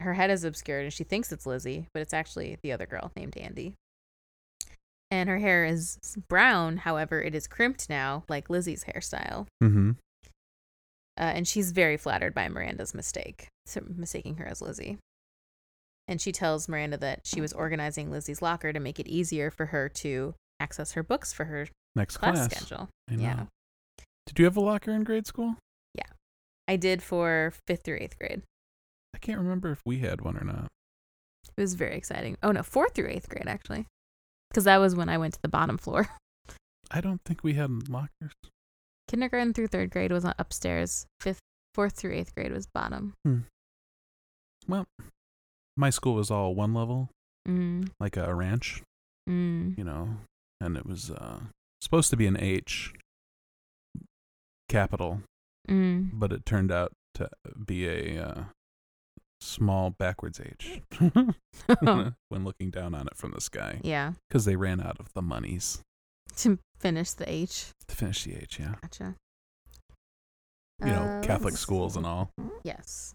Speaker 2: her head is obscured and she thinks it's Lizzie, but it's actually the other girl named Andy. And her hair is brown, however, it is crimped now, like Lizzie's hairstyle.
Speaker 1: Mm-hmm.
Speaker 2: Uh, and she's very flattered by Miranda's mistake, so mistaking her as Lizzie. And she tells Miranda that she was organizing Lizzie's locker to make it easier for her to access her books for her
Speaker 1: Next
Speaker 2: class
Speaker 1: class.
Speaker 2: schedule.
Speaker 1: I know.
Speaker 2: Yeah.
Speaker 1: Did you have a locker in grade school?
Speaker 2: I did for fifth through eighth grade.
Speaker 1: I can't remember if we had one or not.
Speaker 2: It was very exciting. Oh no, fourth through eighth grade actually, because that was when I went to the bottom floor.
Speaker 1: I don't think we had lockers.
Speaker 2: Kindergarten through third grade was upstairs. Fifth, fourth through eighth grade was bottom.
Speaker 1: My school was all one level,
Speaker 2: Mm,
Speaker 1: like a ranch,
Speaker 2: mm.
Speaker 1: you know, and it was uh, supposed to be an H capital,
Speaker 2: Mm.
Speaker 1: but it turned out to be a uh, small backwards H when looking down on it from the sky
Speaker 2: mm. yeah,
Speaker 1: because they ran out of the monies
Speaker 2: to finish the H.
Speaker 1: to finish the H, yeah.
Speaker 2: Gotcha.
Speaker 1: You know,
Speaker 2: Uh,
Speaker 1: Catholic
Speaker 2: let's
Speaker 1: schools
Speaker 2: see.
Speaker 1: and all.
Speaker 2: Yes.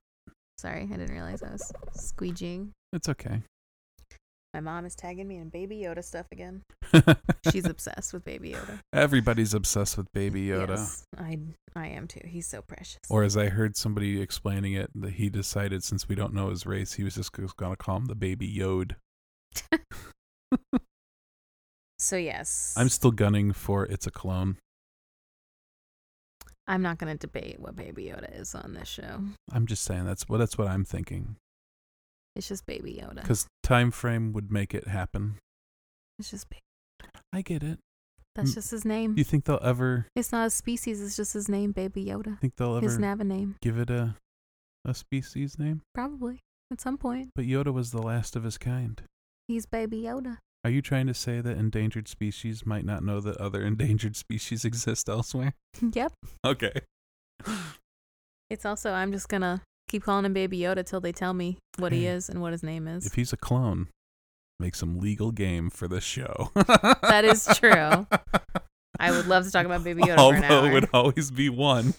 Speaker 2: Sorry, I didn't realize I was squeegeeing.
Speaker 1: It's okay.
Speaker 2: My mom is tagging me in Baby Yoda stuff again. She's obsessed with Baby Yoda.
Speaker 1: Everybody's obsessed with Baby Yoda.
Speaker 2: Yes, I I am too. He's so precious.
Speaker 1: Or as I heard somebody explaining it, that he decided since we don't know his race, he was just going to call him the Baby Yod.
Speaker 2: so yes,
Speaker 1: I'm still gunning for it's a clone.
Speaker 2: I'm not going to debate what Baby Yoda is on this show.
Speaker 1: I'm just saying that's what that's what I'm thinking
Speaker 2: It's just Baby Yoda.
Speaker 1: because time frame would make it happen.
Speaker 2: It's just ba-
Speaker 1: I get it.
Speaker 2: that's
Speaker 1: Mm.
Speaker 2: just his name.
Speaker 1: You think they'll ever
Speaker 2: It's not a species. It's just his name, Baby Yoda.
Speaker 1: think they'll
Speaker 2: His
Speaker 1: ever
Speaker 2: Nava name,
Speaker 1: give it a a species name?
Speaker 2: probably at some point.
Speaker 1: But Yoda was the last of his kind.
Speaker 2: He's Baby Yoda.
Speaker 1: Are you trying to say that endangered species might not know that other endangered species exist elsewhere?
Speaker 2: yep.
Speaker 1: Okay.
Speaker 2: It's also I'm just gonna keep calling him Baby Yoda till they tell me what he
Speaker 1: Yeah.
Speaker 2: is and what his name is.
Speaker 1: Hmm. If he's a clone, make some legal game for this show.
Speaker 2: That is true. I would love to talk about Baby Yoda for an
Speaker 1: Although
Speaker 2: hour.
Speaker 1: it would always be one,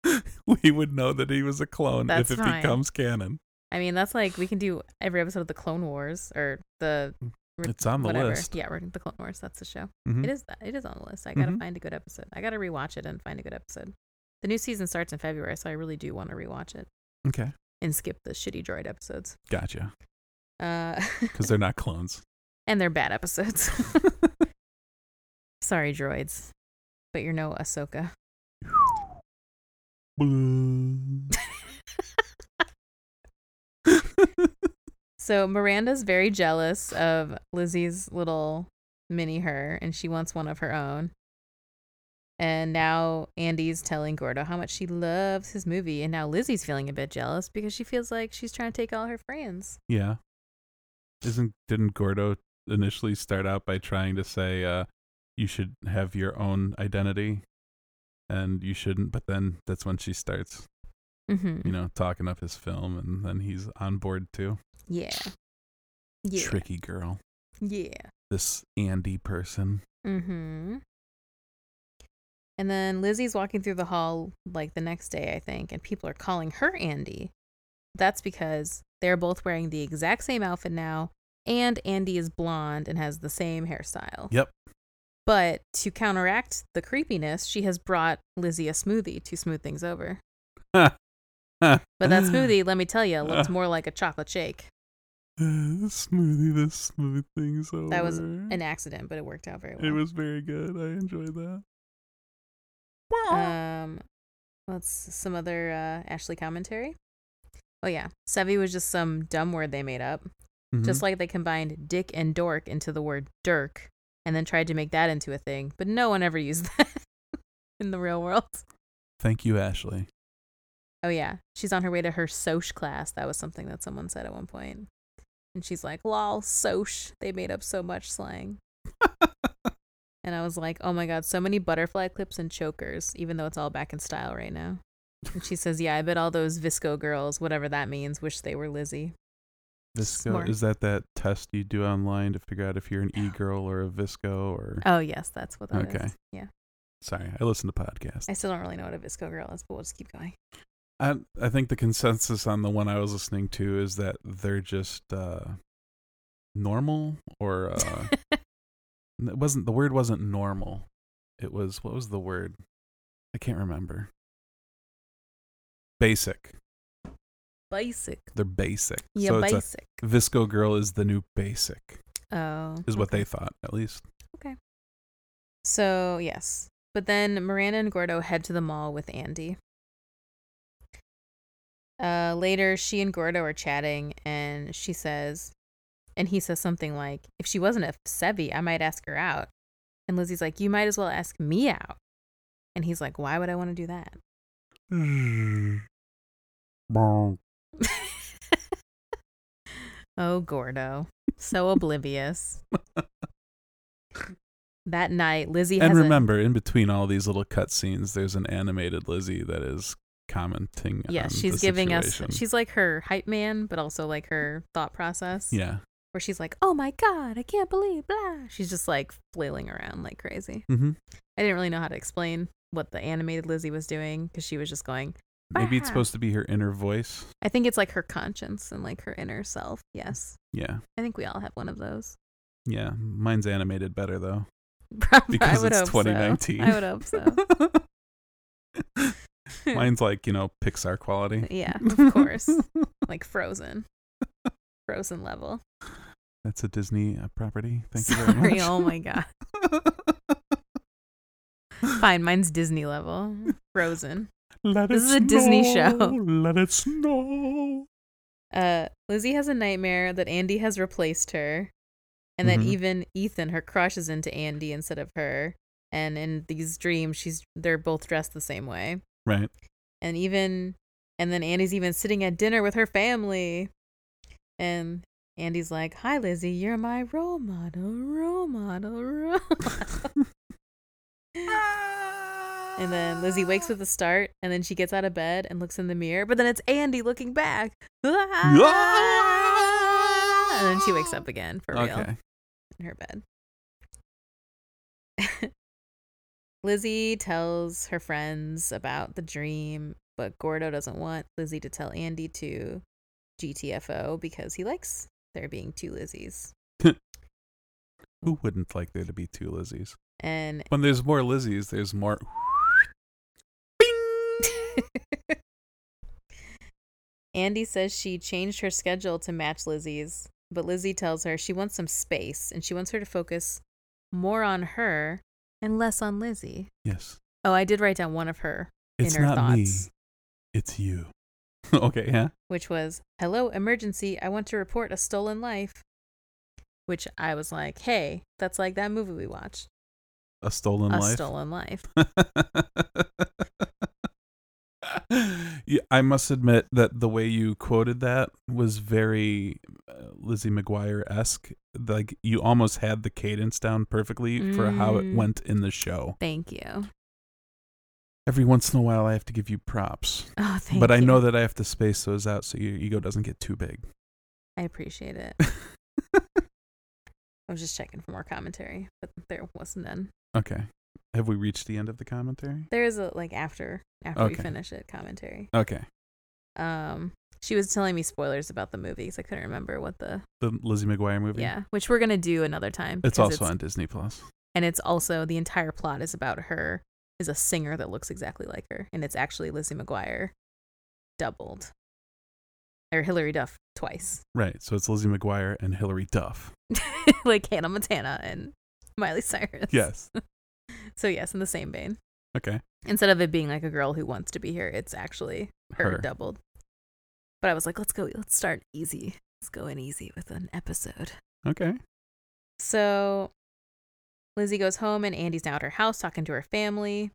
Speaker 1: we would know that he was a clone
Speaker 2: That's
Speaker 1: if it
Speaker 2: fine.
Speaker 1: becomes canon.
Speaker 2: I mean, that's like we can do every episode of the Clone Wars or the. re-
Speaker 1: It's on the
Speaker 2: whatever.
Speaker 1: list.
Speaker 2: Yeah, we're- the Clone Wars. That's the show.
Speaker 1: Mhm.
Speaker 2: It is that. It is on the list. I gotta
Speaker 1: Mhm.
Speaker 2: find a good episode. I gotta rewatch it and find a good episode. The new season starts in February, so I really do want to rewatch it
Speaker 1: Okay,
Speaker 2: and skip the shitty droid episodes.
Speaker 1: gotcha.
Speaker 2: Uh,
Speaker 1: Because they're not clones.
Speaker 2: and they're bad episodes. Sorry, droids, but you're no Ahsoka. So Miranda's very jealous of Lizzie's little mini her, and she wants one of her own. And now Andy's telling Gordo how much she loves his movie, and now Lizzie's feeling a bit jealous because she feels like she's trying to take all her friends.
Speaker 1: yeah. Isn't didn't Gordo initially start out by trying to say uh, you should have your own identity and you shouldn't, but then that's when she starts
Speaker 2: Mm-hmm.
Speaker 1: you know, talking up his film, and then he's on board too.
Speaker 2: Yeah. Yeah.
Speaker 1: Tricky girl,
Speaker 2: Yeah.
Speaker 1: this Andy person.
Speaker 2: Mm-hmm. And then Lizzie's walking through the hall like the next day, I think, and people are calling her Andy. That's because they're both wearing the exact same outfit now, and Andy is blonde and has the same hairstyle.
Speaker 1: Yep.
Speaker 2: But to counteract the creepiness, she has brought Lizzie a smoothie to smooth things over. But that smoothie, let me tell you, looked more like a chocolate shake.
Speaker 1: smoothie, this smooth thing's over.
Speaker 2: That was An accident, but it worked out very well.
Speaker 1: It was very good. I enjoyed that.
Speaker 2: Um, what's some other uh, Ashley commentary? Oh yeah, Sevi was just some dumb word they made up,
Speaker 1: Mm-hmm.
Speaker 2: just like they combined dick and dork into the word dirk, and then tried to make that into a thing. But no one ever used that in the real world.
Speaker 1: Thank you, Ashley.
Speaker 2: Oh yeah, she's on her way to her soch class. That was something that someone said at one point, and she's like, "Lol, soch." They made up so much slang. And I was like, oh my God, so many butterfly clips and chokers, even though it's all back in style right now. And she says, yeah, I bet all those Visco girls, whatever that means, wish they were Lizzie.
Speaker 1: Visco,
Speaker 2: Smart.
Speaker 1: is that that test you do online to figure out if you're an e girl or a Visco or?
Speaker 2: Oh, yes, that's what that is.
Speaker 1: Okay.
Speaker 2: Yeah.
Speaker 1: Sorry, I listen to podcasts.
Speaker 2: I still don't really know what a Visco girl is, but we'll just keep going.
Speaker 1: I I think the consensus on the one I was listening to is that they're just uh normal or uh it wasn't the word wasn't normal. It was what was the word? I can't remember. Basic.
Speaker 2: basic.
Speaker 1: They're basic.
Speaker 2: Yeah,
Speaker 1: so it's
Speaker 2: basic.
Speaker 1: a Visco girl is the new basic
Speaker 2: oh.
Speaker 1: is what
Speaker 2: okay.
Speaker 1: they thought at least.
Speaker 2: So, yes. But then Miranda and Gordo head to the mall with Andy. Uh, later, she and Gordo are chatting, and she says, and he says something like, If she wasn't a Sevi, I might ask her out. And Lizzie's like, You might as well ask me out. And he's like, Why would I want to do that? Mm. Oh, Gordo. So oblivious. that night, Lizzie has
Speaker 1: and
Speaker 2: a-
Speaker 1: remember, in between all these little cutscenes, there's an animated Lizzie that is commenting.
Speaker 2: yeah
Speaker 1: on
Speaker 2: she's
Speaker 1: um, the
Speaker 2: giving
Speaker 1: situation.
Speaker 2: us she's like her hype man but also like her thought process
Speaker 1: yeah.
Speaker 2: where she's like oh my god i can't believe blah she's just like flailing around like crazy
Speaker 1: Mm-hmm.
Speaker 2: i didn't really know how to explain what the animated lizzie was doing because she was just going
Speaker 1: Maybe it's
Speaker 2: Bah.
Speaker 1: supposed to be her inner voice.
Speaker 2: I think it's like her conscience and like her inner self. Yes.
Speaker 1: Yeah.
Speaker 2: I think we all have one of those.
Speaker 1: Yeah. Mine's animated better though.
Speaker 2: Probably,
Speaker 1: Because
Speaker 2: I would
Speaker 1: it's
Speaker 2: hope so.
Speaker 1: 2019.
Speaker 2: I would hope so.
Speaker 1: Mine's like, you know, Pixar quality.
Speaker 2: yeah, of course. like Frozen. Frozen level.
Speaker 1: That's a Disney uh, property. Thank you
Speaker 2: Sorry.
Speaker 1: very much.
Speaker 2: Oh my god. Fine. Mine's Disney level. Frozen.
Speaker 1: Let
Speaker 2: This
Speaker 1: it
Speaker 2: is a Disney
Speaker 1: snow,
Speaker 2: show.
Speaker 1: Let it snow.
Speaker 2: Uh, Lizzie has a nightmare that Andy has replaced her, and
Speaker 1: Mhm.
Speaker 2: that even Ethan, her crush, is into Andy instead of her. And in these dreams, she's they're both dressed the same way.
Speaker 1: Right.
Speaker 2: and even and then Andy's even sitting at dinner with her family. And Andy's like, "Hi Lizzie, you're my role model, role model, role." model." and then Lizzie wakes with a start, and then she gets out of bed and looks in the mirror, but then it's Andy looking back. Ah! and then she wakes up again for real
Speaker 1: Okay.
Speaker 2: in her bed. Lizzie tells her friends about the dream, but Gordo doesn't want Lizzie to tell Andy to GTFO because he likes there being two Lizzies.
Speaker 1: Who wouldn't like there to be two Lizzies?
Speaker 2: And
Speaker 1: When there's more Lizzies, there's more.
Speaker 2: Andy says she changed her schedule to match Lizzie's, but Lizzie tells her she wants some space and she wants her to focus more on her and less on Lizzie.
Speaker 1: Yes.
Speaker 2: Oh, I did write down one of her
Speaker 1: It's
Speaker 2: inner
Speaker 1: not
Speaker 2: thoughts.
Speaker 1: me. It's you. okay. Yeah.
Speaker 2: which was hello emergency i want to report a stolen life which i was like hey that's like that movie we watched
Speaker 1: A stolen
Speaker 2: a
Speaker 1: life.
Speaker 2: stolen life
Speaker 1: Yeah, I must admit that the way you quoted that was very uh, Lizzie McGuire esque. Like you almost had the cadence down perfectly for how it
Speaker 2: Mm.
Speaker 1: went in the show.
Speaker 2: thank you
Speaker 1: Every once in a while, I have to give you props,
Speaker 2: oh thank
Speaker 1: but I know
Speaker 2: you.
Speaker 1: that I have to space those out so your ego doesn't get too big.
Speaker 2: i appreciate it i was just checking for more commentary but there wasn't none
Speaker 1: okay, have we reached the end of the commentary?
Speaker 2: there is a like after after we
Speaker 1: Okay.
Speaker 2: finish it commentary
Speaker 1: Okay,
Speaker 2: um she was telling me spoilers about the movie because i couldn't remember what the
Speaker 1: the Lizzie McGuire movie.
Speaker 2: yeah which we're gonna do another time
Speaker 1: it's
Speaker 2: because
Speaker 1: also on Disney Plus.
Speaker 2: and it's also the entire plot is about her is a singer that looks exactly like her and it's actually lizzie mcguire doubled or hillary duff twice
Speaker 1: Right, so it's Lizzie McGuire and Hilary Duff.
Speaker 2: like hannah montana and miley cyrus
Speaker 1: Yes.
Speaker 2: so yes in the same vein
Speaker 1: Okay.
Speaker 2: instead of it being like a girl who wants to be here it's actually her,
Speaker 1: Her.
Speaker 2: doubled but i was like let's go let's start easy let's go in easy with an episode
Speaker 1: Okay.
Speaker 2: So Lizzie goes home, and Andy's now at her house talking to her family.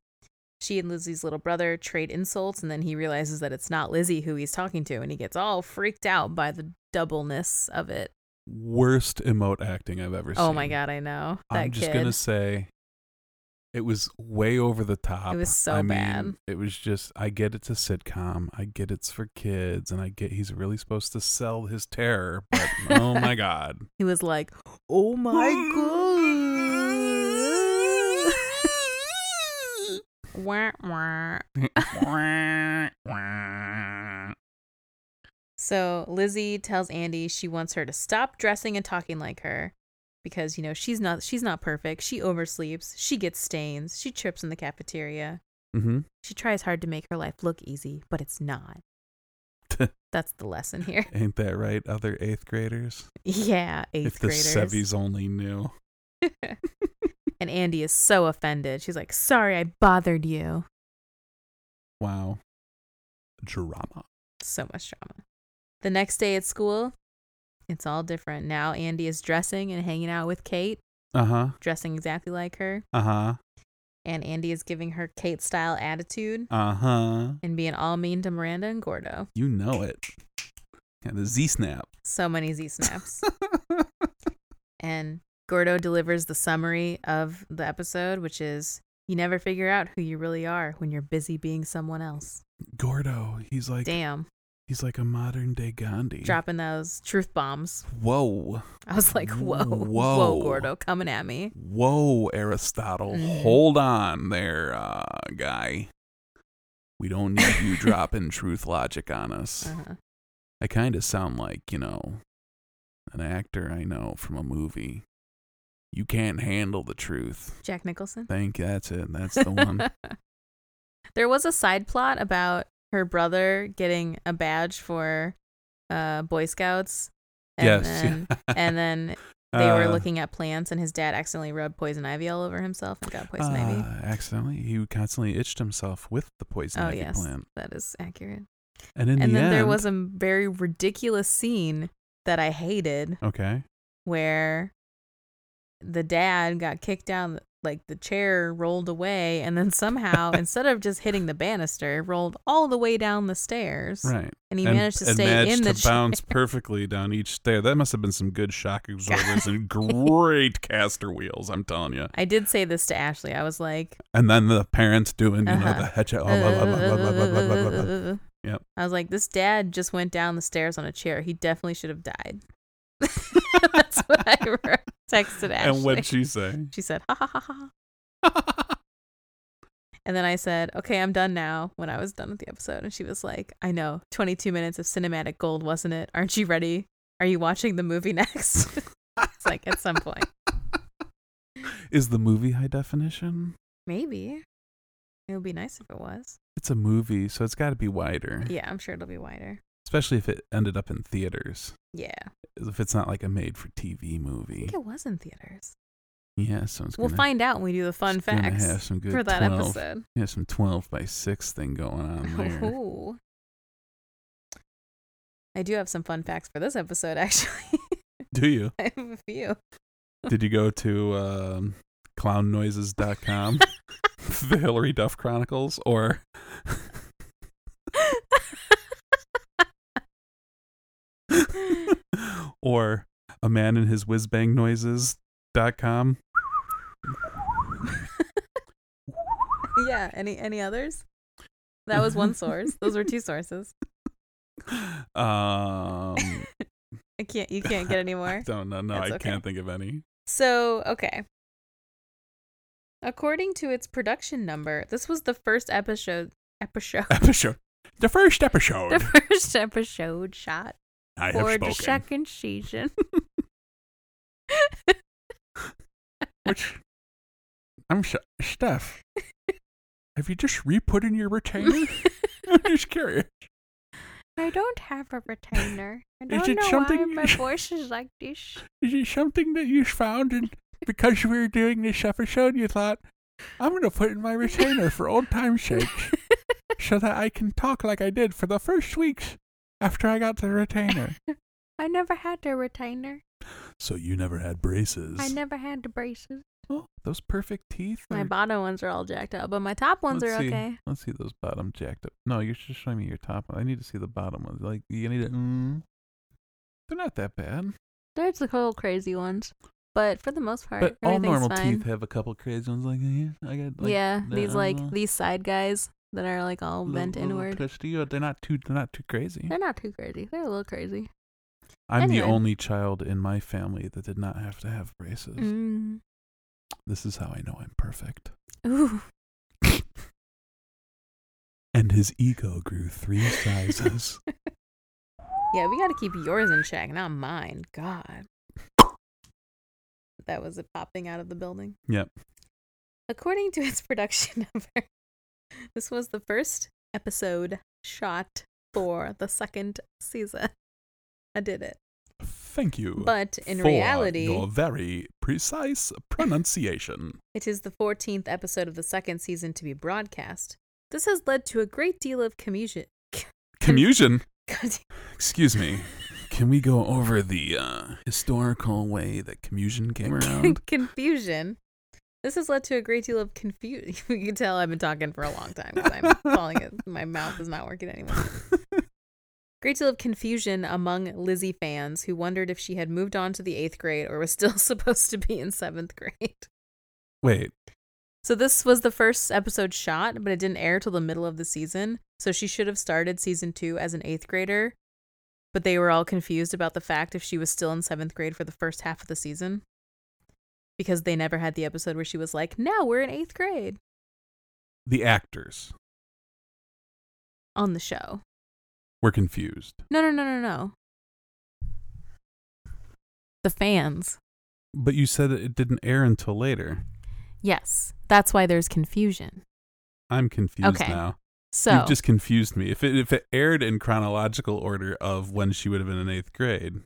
Speaker 2: She and Lizzie's little brother trade insults, and then he realizes that it's not Lizzie who he's talking to, and he gets all freaked out by the doubleness of it.
Speaker 1: Worst emote acting I've ever seen.
Speaker 2: Oh my god, I know that
Speaker 1: I'm just
Speaker 2: kid.
Speaker 1: gonna say it was way over the top.
Speaker 2: It was so
Speaker 1: I mean,
Speaker 2: bad.
Speaker 1: It was just I get it's a sitcom, I get it's for kids, and I get he's really supposed to sell his terror, but oh my god.
Speaker 2: He was like, "Oh my god." Wah, wah. So Lizzie tells Andy she wants her to stop dressing and talking like her because you know she's not she's not perfect. She oversleeps, she gets stains, she trips in the cafeteria.
Speaker 1: hmm
Speaker 2: She tries hard to make her life look easy, but it's not. That's the lesson here.
Speaker 1: Ain't that right, other eighth graders?
Speaker 2: yeah, eighth
Speaker 1: if the
Speaker 2: graders.
Speaker 1: Sevies only knew.
Speaker 2: and Andy is so offended. She's like, "Sorry, I bothered you."
Speaker 1: Wow. Drama.
Speaker 2: so much drama. The next day at school, it's all different. Now Andy is dressing and hanging out with Kate,
Speaker 1: Uh-huh.
Speaker 2: dressing exactly like her.
Speaker 1: Uh-huh.
Speaker 2: And Andy is giving her Kate style attitude
Speaker 1: Uh-huh.
Speaker 2: and being all mean to Miranda and Gordo.
Speaker 1: You know it. Yeah, the Z snap.
Speaker 2: So many Z snaps. and Gordo delivers the summary of the episode, which is you never figure out who you really are when you're busy being someone else.
Speaker 1: Gordo, he's like
Speaker 2: Damn.
Speaker 1: he's like a modern day Gandhi.
Speaker 2: Dropping those truth bombs.
Speaker 1: Whoa.
Speaker 2: I was like, whoa, whoa,
Speaker 1: Whoa.
Speaker 2: Gordo, coming at me.
Speaker 1: Whoa, Aristotle.
Speaker 2: Mhm.
Speaker 1: Hold on there, uh, guy.
Speaker 3: We don't need you dropping truth logic on us.
Speaker 2: Uh-huh.
Speaker 3: I kind of sound like, you know, an actor I know from a movie. You can't handle the truth.
Speaker 2: Jack Nicholson.
Speaker 3: Think that's it. That's the one.
Speaker 2: there was a side plot about her brother getting a badge for uh, Boy Scouts. And
Speaker 1: Yes, yeah.
Speaker 2: Then, and then they were
Speaker 1: Uh,
Speaker 2: looking at plants, and his dad accidentally rubbed poison ivy all over himself and got poison
Speaker 1: Ah,
Speaker 2: ivy.
Speaker 3: Uh, accidentally, he constantly itched himself with the poison
Speaker 2: Oh,
Speaker 3: ivy
Speaker 2: yes.
Speaker 3: plant.
Speaker 2: That is accurate.
Speaker 1: And in
Speaker 2: and
Speaker 1: the
Speaker 2: then
Speaker 1: end,
Speaker 2: there was a very ridiculous scene that I hated
Speaker 1: okay.
Speaker 2: where the dad got kicked down, like the chair rolled away, and then somehow, instead of just hitting the banister, rolled all the way down the stairs.
Speaker 3: Right.
Speaker 2: And he managed to stay
Speaker 1: managed
Speaker 2: in the
Speaker 1: to
Speaker 2: chair.
Speaker 1: bounce perfectly down each stair. That must have been some good shock absorbers and great caster wheels. I'm telling you.
Speaker 2: I did say this to Ashley. I was like,
Speaker 1: And then the parents doing, you know,
Speaker 2: Uh-huh.
Speaker 1: the oh, hedge. Yep.
Speaker 2: I was like, this dad just went down the stairs on a chair. He definitely should have died. That's what I wrote- texted Ashley.
Speaker 1: And what'd she say?
Speaker 2: She said, ha ha ha ha. And then I said, okay, I'm done now when I was done with the episode. And she was like, I know, 22 minutes of cinematic gold, wasn't it? Aren't you ready? Are you watching the movie next? it's like, at some point.
Speaker 1: Is the movie high definition?
Speaker 2: Maybe. It would be nice if it was.
Speaker 1: It's a movie, so it's got to be wider,
Speaker 2: Yeah, I'm sure it'll be wider.
Speaker 1: especially if it ended up in theaters.
Speaker 2: Yeah.
Speaker 1: If it's not like a made for TV
Speaker 2: I
Speaker 1: movie.
Speaker 2: think it was in theaters.
Speaker 3: Yeah, so it's
Speaker 2: We'll
Speaker 3: gonna,
Speaker 2: find out when we do the fun
Speaker 3: it's gonna have
Speaker 2: facts
Speaker 3: some good
Speaker 2: for that
Speaker 3: 12,
Speaker 2: episode. Oh.
Speaker 3: Yeah, some twelve by six thing going on there.
Speaker 2: Ooh. I do have some fun facts for this episode, actually.
Speaker 1: Do you?
Speaker 2: I have a few.
Speaker 1: Did you go to um, clownnoises.com, the Hillary Duff Chronicles, or or a man and his whiz bang noises.com?
Speaker 2: yeah. Any any others? That was one source. Those were two sources.
Speaker 1: Um,
Speaker 2: I can't. You can't get any
Speaker 1: I
Speaker 2: more.
Speaker 1: don't know. No,
Speaker 2: That's
Speaker 1: I
Speaker 2: okay.
Speaker 1: can't think of any.
Speaker 2: So okay. According to its production number, this was the first episode. Episode.
Speaker 1: Episode. The first
Speaker 2: the
Speaker 1: episode.
Speaker 2: first episode shot
Speaker 1: I have
Speaker 2: for
Speaker 1: spoken.
Speaker 2: the second season.
Speaker 1: Which I'm so- Steph. have you just re put in your retainer? I'm just curious.
Speaker 2: I don't have a retainer. I
Speaker 1: Is it something-
Speaker 2: voice is like this.
Speaker 1: Is it something that you found and because we were doing this episode you thought I'm gonna put in my retainer for old time's sake so that I can talk like I did for the first weeks after I got the retainer.
Speaker 2: I never had a retainer.
Speaker 1: So you never had braces.
Speaker 2: never had the braces.
Speaker 1: Oh, those perfect teeth.
Speaker 2: My
Speaker 1: are-
Speaker 2: bottom ones are all jacked up, but my top ones
Speaker 1: Let's
Speaker 2: are
Speaker 1: see.
Speaker 2: okay.
Speaker 1: Let's see those bottom jacked up. No, you're just showing me your top one. I need to see the bottom ones. Like you need to. Mm, they're not that bad,
Speaker 2: There's the whole crazy ones, but for the most part,
Speaker 1: but all
Speaker 2: everything's
Speaker 1: normal
Speaker 2: fine.
Speaker 1: teeth have a couple crazy ones like yeah, I got. Like,
Speaker 2: yeah, these like
Speaker 1: uh,
Speaker 2: these side guys that are like all
Speaker 1: little-
Speaker 2: bent
Speaker 1: little
Speaker 2: inward.
Speaker 1: twisty, but they're not too. They're not too crazy.
Speaker 2: They're not too crazy. They're a little crazy.
Speaker 1: I'm the
Speaker 2: Anyway.
Speaker 1: only child in my family that did not have to have braces.
Speaker 2: Mm.
Speaker 1: This is how I know I'm perfect.
Speaker 2: Ooh.
Speaker 1: And his ego grew three sizes.
Speaker 2: Yeah, we got to keep yours in check, not mine. God. That was it popping out of the building.
Speaker 1: Yep.
Speaker 2: According to its production number, this was the first episode shot for the second season. I did it.
Speaker 1: Thank you.
Speaker 2: But in
Speaker 1: for
Speaker 2: reality,
Speaker 1: your very precise pronunciation.
Speaker 2: It is the 14th episode of the second season to be broadcast. This has led to a great deal of commusion.
Speaker 1: Commusion.
Speaker 2: God,
Speaker 1: Excuse me. Can we go over the uh, historical way that commusion came around?
Speaker 2: confusion. This has led to a great deal of confusion. You can tell I've been talking for a long time because I'm falling. it- My mouth is not working anymore. Great deal of confusion among Lizzie fans who wondered if she had moved on to the eighth grade or was still supposed to be in seventh grade.
Speaker 1: Wait,
Speaker 2: So this was the first episode shot, but it didn't air till the middle of the season. So she should have started season two as an eighth grader, but they were all confused about the fact if she was still in seventh grade for the first half of the season, because they never had the episode where she was like, "Now we're in eighth grade."
Speaker 1: the actors.
Speaker 2: on the show.
Speaker 1: We're confused.
Speaker 2: No, no, no, no, no. The fans.
Speaker 1: But you said that it didn't air until later.
Speaker 2: Yes. That's why there's confusion.
Speaker 1: I'm confused
Speaker 2: Okay.
Speaker 1: now.
Speaker 2: So
Speaker 1: You've just confused me. If it if it aired in chronological order of when she would have been in eighth grade,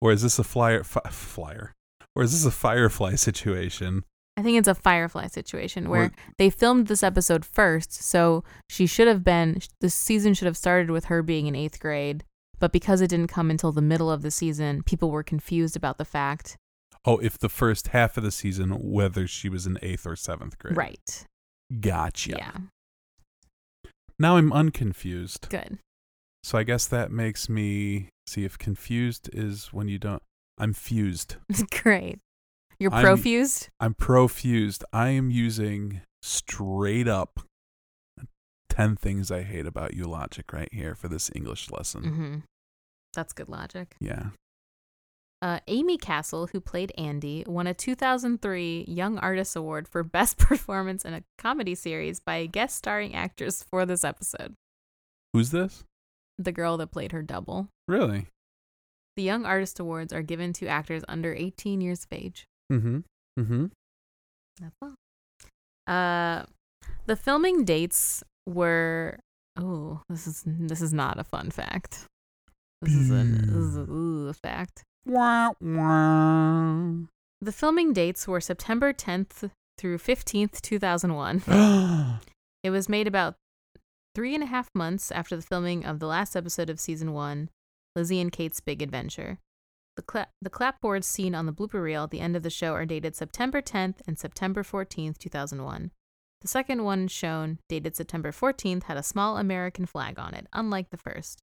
Speaker 1: or is this a flyer fi- flyer, or is this a firefly situation?
Speaker 2: I think it's a Firefly situation where
Speaker 1: Where-
Speaker 2: they filmed this episode first, so she should have been the season should have started with her being in 8th grade, but because it didn't come until the middle of the season, people were confused about the fact.
Speaker 1: Oh, if the first half of the season, whether she was in eighth or seventh grade.
Speaker 2: Right.
Speaker 1: Gotcha.
Speaker 2: Yeah.
Speaker 1: Now I'm unconfused.
Speaker 2: Good.
Speaker 1: So I guess that makes me see if confused is when you don't. I'm fused.
Speaker 2: Great. You're
Speaker 1: I'm-
Speaker 2: profused?
Speaker 1: I'm profused. I am using straight up 10 things I hate about you logic right here for this English lesson.
Speaker 2: Mm-hmm. That's good logic.
Speaker 1: Yeah.
Speaker 2: Uh, Amy Castle, who played Andy, won a 2003 Young Artist Award for Best Performance in a Comedy Series by a guest starring actress for this episode.
Speaker 1: Who's this?
Speaker 2: The girl that played her double.
Speaker 1: Really?
Speaker 2: The Young Artist Awards are given to actors under 18 years of age.
Speaker 1: Mm hmm. Mm hmm.
Speaker 2: That's all. Uh, the filming dates were. Oh, this is this is not a fun fact. This is a, this is a ooh, a fact.
Speaker 3: Wah, wah.
Speaker 2: The filming dates were September 10th through 15th, 2001. It was made about three and a half months after the filming of the last episode of season one, Lizzie and Kate's Big Adventure. The, cla- the clapboards seen on the blooper reel at the end of the show are dated September 10th and September 14th, 2001. The second one shown, dated September 14th, had a small American flag on it, unlike the first.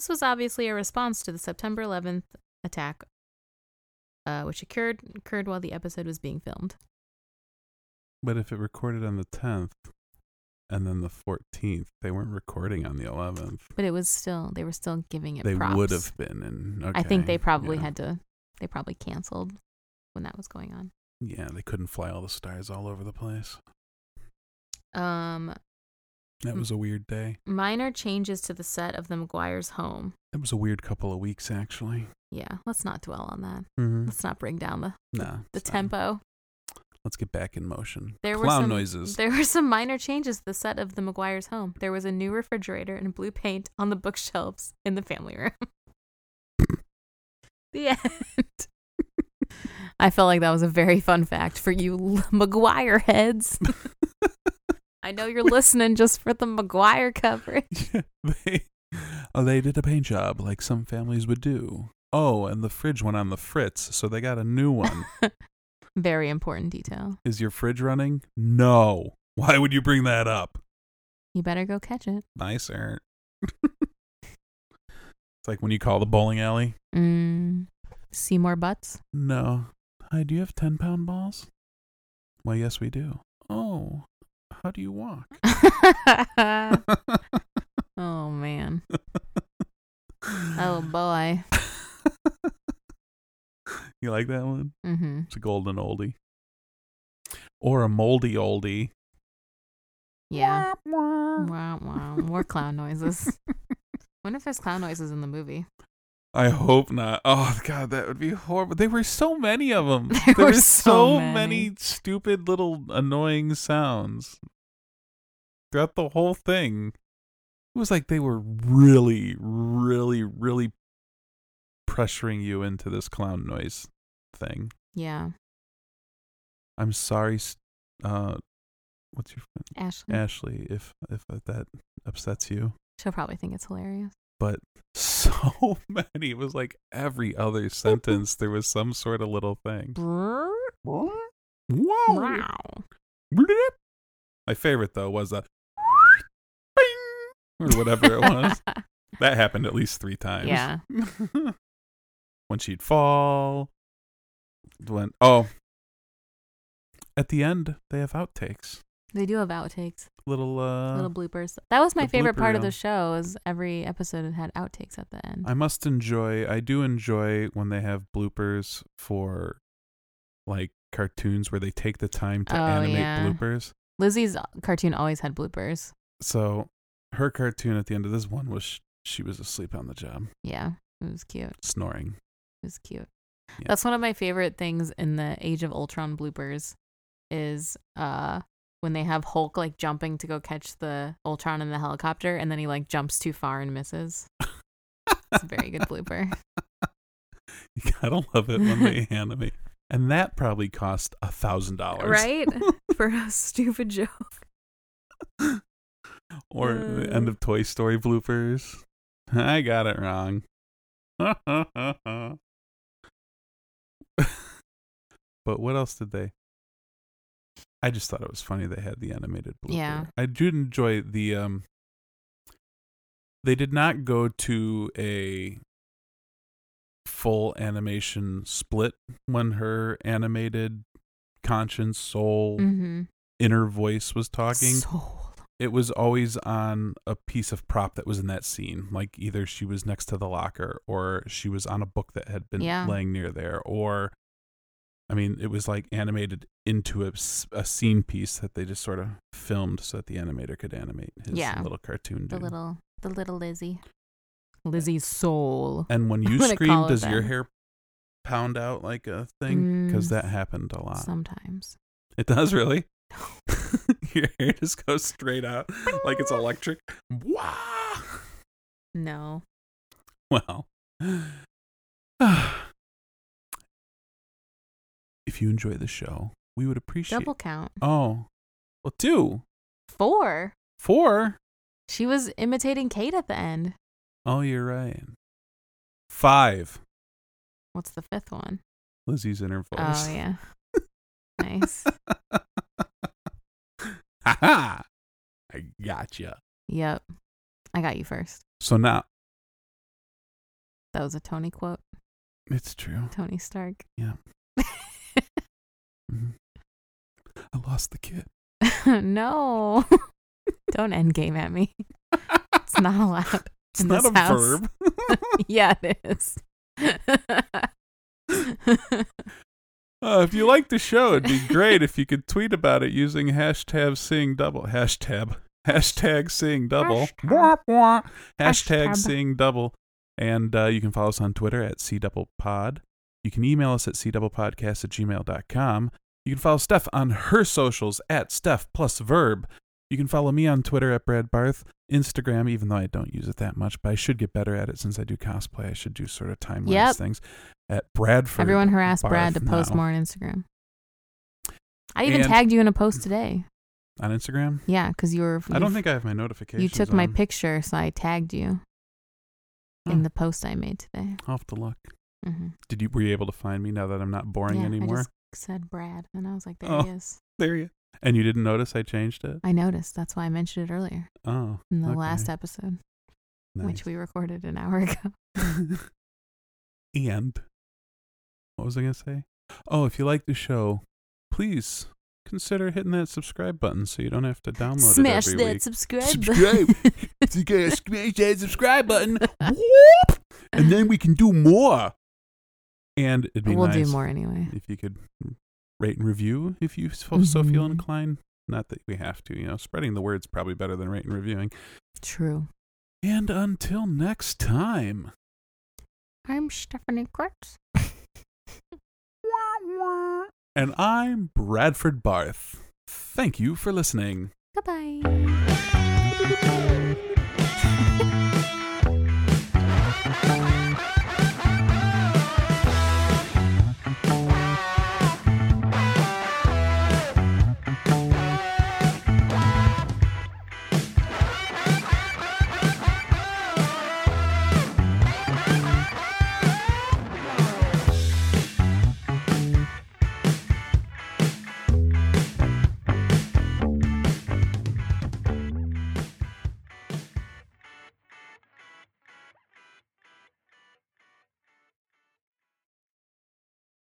Speaker 2: This was obviously a response to the September 11th attack, uh, which occurred occurred while the episode was being filmed.
Speaker 1: But if it recorded on the 10th and then the 14th, they weren't recording on the 11th.
Speaker 2: But it was still they were still giving it.
Speaker 1: They
Speaker 2: props.
Speaker 1: would have been. And
Speaker 2: I think they probably
Speaker 1: yeah.
Speaker 2: had to. They probably canceled when that was going on.
Speaker 1: Yeah, they couldn't fly all the stars all over the place.
Speaker 2: Um,
Speaker 1: That
Speaker 2: Mm.
Speaker 1: was a weird day.
Speaker 2: minor changes to the set of the McGuire's home.
Speaker 1: That was a weird couple of weeks, actually.
Speaker 2: Yeah, let's not dwell on that.
Speaker 1: Mm-hmm.
Speaker 2: Let's not bring down the
Speaker 1: Nah.
Speaker 2: the
Speaker 1: it's not.
Speaker 2: tempo.
Speaker 1: Let's get back in motion.
Speaker 2: There were
Speaker 1: Clown
Speaker 2: some-
Speaker 1: noises.
Speaker 2: There were some minor changes to the set of the McGuire's home. There was a new refrigerator and blue paint on the bookshelves in the family room. the end. I felt like that was a very fun fact for you L- McGuire heads. I know you're listening just for the McGuire coverage.
Speaker 1: Yeah, they, oh, they did a paint job like some families would do. Oh, and the fridge went on the fritz, so they got a new one.
Speaker 2: Very important detail.
Speaker 1: Is your fridge running? No. Why would you bring that up?
Speaker 2: You better go catch it.
Speaker 1: Nicer. it's like when you call the bowling alley.
Speaker 2: Mm. See more butts?
Speaker 1: No. Hi, do you have 10 pound balls? Well, yes, we do. Oh, how do you walk?
Speaker 2: oh, man. Oh, boy.
Speaker 1: you like that one?
Speaker 2: Mm-hmm.
Speaker 1: It's a golden oldie. Or a moldy oldie.
Speaker 2: Yeah.
Speaker 3: Wah, wah.
Speaker 2: Wow, wow. More clown noises. Wonder if there's clown noises in the movie.
Speaker 1: I hope not. Oh god, that would be horrible. There were so many of them.
Speaker 2: There were so
Speaker 1: many.
Speaker 2: many.
Speaker 1: stupid little annoying sounds throughout the whole thing. It was like they were really, really, really pressuring you into this clown noise thing.
Speaker 2: Yeah.
Speaker 1: I'm sorry, s- uh, what's your friend
Speaker 2: Ashley.
Speaker 1: Ashley? If if that upsets you,
Speaker 2: She'll probably think it's hilarious.
Speaker 1: but so many. It was like every other sentence there was some sort of little thing. Whoa.
Speaker 2: Wow.
Speaker 1: Bleep. My favorite though was a bing, or whatever it was. that happened at least three times.
Speaker 2: yeah.
Speaker 1: when she'd fall. When oh. At the end they have outtakes.
Speaker 2: They do have outtakes,
Speaker 1: Little uh
Speaker 2: little bloopers. That was my
Speaker 1: the
Speaker 2: favorite
Speaker 1: blooper
Speaker 2: part of the
Speaker 1: reel.
Speaker 2: show is every episode had outtakes at the end.
Speaker 1: I must enjoy. I do enjoy when they have bloopers for like cartoons where they take the time to
Speaker 2: Oh,
Speaker 1: animate
Speaker 2: yeah.
Speaker 1: bloopers.
Speaker 2: Lizzie's cartoon always had bloopers.
Speaker 1: So Her cartoon at the end of this one was sh- she was asleep on the job,
Speaker 2: Yeah, it was cute.
Speaker 1: snoring.
Speaker 2: It was cute.
Speaker 1: Yeah.
Speaker 2: That's one of my favorite things in the Age of Ultron bloopers is uh when they have Hulk like jumping to go catch the Ultron in the helicopter and then he like jumps too far and misses. It's a very good blooper.
Speaker 1: You gotta love it when they animate. And that probably cost a thousand dollars,
Speaker 2: right? For a stupid joke.
Speaker 1: Or the
Speaker 2: Uh.
Speaker 1: end of Toy Story bloopers. I got it wrong. but
Speaker 4: what else did they?
Speaker 1: I just thought it was funny they had the animated blooper.
Speaker 2: Yeah.
Speaker 1: I did enjoy the um they did not go to a full animation split when her animated conscience soul
Speaker 2: Mm-hmm.
Speaker 1: inner voice was talking.
Speaker 2: Sold.
Speaker 1: It was always on a piece of prop that was in that scene. Like either she was next to the locker or she was on a book that had been
Speaker 2: Yeah.
Speaker 1: laying near there or I mean, it was like animated into a, s- a scene piece that they just sort of filmed so that the animator could animate his
Speaker 2: Yeah.
Speaker 1: little cartoon
Speaker 2: The
Speaker 1: dude.
Speaker 2: little the little Lizzie. Lizzie's soul.
Speaker 1: And when you
Speaker 2: I'm gonna
Speaker 1: scream,
Speaker 2: call it
Speaker 1: does your
Speaker 2: that.
Speaker 1: hair pound out like a thing? Because
Speaker 2: Mm.
Speaker 1: that happened a lot.
Speaker 2: Sometimes.
Speaker 1: It does really. your hair just goes straight out like it's electric. Wow.
Speaker 2: No.
Speaker 1: Well, if you enjoy the show, we would appreciate.
Speaker 2: Double count.
Speaker 1: Oh, well, two,
Speaker 2: Four.
Speaker 1: four.
Speaker 2: She was imitating Kate at the end.
Speaker 1: Oh, you're right. Five.
Speaker 2: What's the fifth one?
Speaker 1: Lizzie's inner voice.
Speaker 2: Oh yeah. nice.
Speaker 1: Ha ha! I gotcha.
Speaker 2: Yep. I got you first.
Speaker 1: So now
Speaker 2: That was a Tony quote.
Speaker 1: it's true.
Speaker 2: Tony Stark.
Speaker 1: Mhm. I lost the kid.
Speaker 2: no. Don't end game at me. It's not allowed.
Speaker 1: It's
Speaker 2: in
Speaker 1: not
Speaker 2: this
Speaker 1: a
Speaker 2: house.
Speaker 1: verb.
Speaker 2: yeah, it is.
Speaker 1: Uh, if you like the show, it'd be great if you could tweet about it using hashtag seeing double. Hashtag. Hashtag seeing double.
Speaker 2: Hashtag.
Speaker 1: Wah, wah. Hashtag
Speaker 2: Hashtag.
Speaker 1: seeing double. And uh, you can follow us on Twitter at C double pod. You can email us at C double podcast at gmail.com. You can follow Steph on her socials at Steph plus verb. You can follow me on Twitter at Brad Barth, Instagram, even though I don't use it that much, but I should get better at it since I do cosplay. I should do sort of time lapse
Speaker 2: Yep.
Speaker 1: things at Bradford.
Speaker 2: Everyone harassed Brad to
Speaker 1: Barth
Speaker 2: post
Speaker 1: now.
Speaker 2: more on Instagram. I even
Speaker 1: And-
Speaker 2: tagged you in a post today.
Speaker 1: on Instagram.
Speaker 2: Yeah, because you were.
Speaker 1: I
Speaker 2: you-
Speaker 1: don't think I have my notifications.
Speaker 2: you took my
Speaker 1: on.
Speaker 2: picture, so I tagged you
Speaker 1: Oh.
Speaker 2: in the post I made today.
Speaker 1: I'll have to look.
Speaker 2: Mm-hmm.
Speaker 1: Did you were you able to find me now that I'm not boring
Speaker 2: yeah,
Speaker 1: anymore?
Speaker 2: I just said Brad, and I was like, there
Speaker 1: Oh.
Speaker 2: he is.
Speaker 1: There you. And you didn't notice I changed it.
Speaker 2: I noticed. That's why I mentioned it earlier
Speaker 1: Oh,
Speaker 2: in the
Speaker 1: okay.
Speaker 2: last episode,
Speaker 1: nice.
Speaker 2: which we recorded an hour ago.
Speaker 1: and what was I gonna say? Oh, if you like the show, please consider hitting that subscribe button so you don't have to download
Speaker 2: Smash
Speaker 1: it
Speaker 2: that
Speaker 1: every week.
Speaker 2: subscribe
Speaker 1: Subscribe. If you guys smash that subscribe button, whoop, and then we can do more. And it'd be
Speaker 2: we'll
Speaker 1: nice
Speaker 2: do more anyway.
Speaker 1: if you could rate and review if you so, so feel
Speaker 2: Mhm.
Speaker 1: inclined. Not that we have to, you know, spreading the word's probably better than rate and reviewing.
Speaker 2: True.
Speaker 1: And until next time.
Speaker 2: I'm Stephanie Kurtz.
Speaker 1: And I'm Bradford Barth. Thank you for listening.
Speaker 2: Goodbye.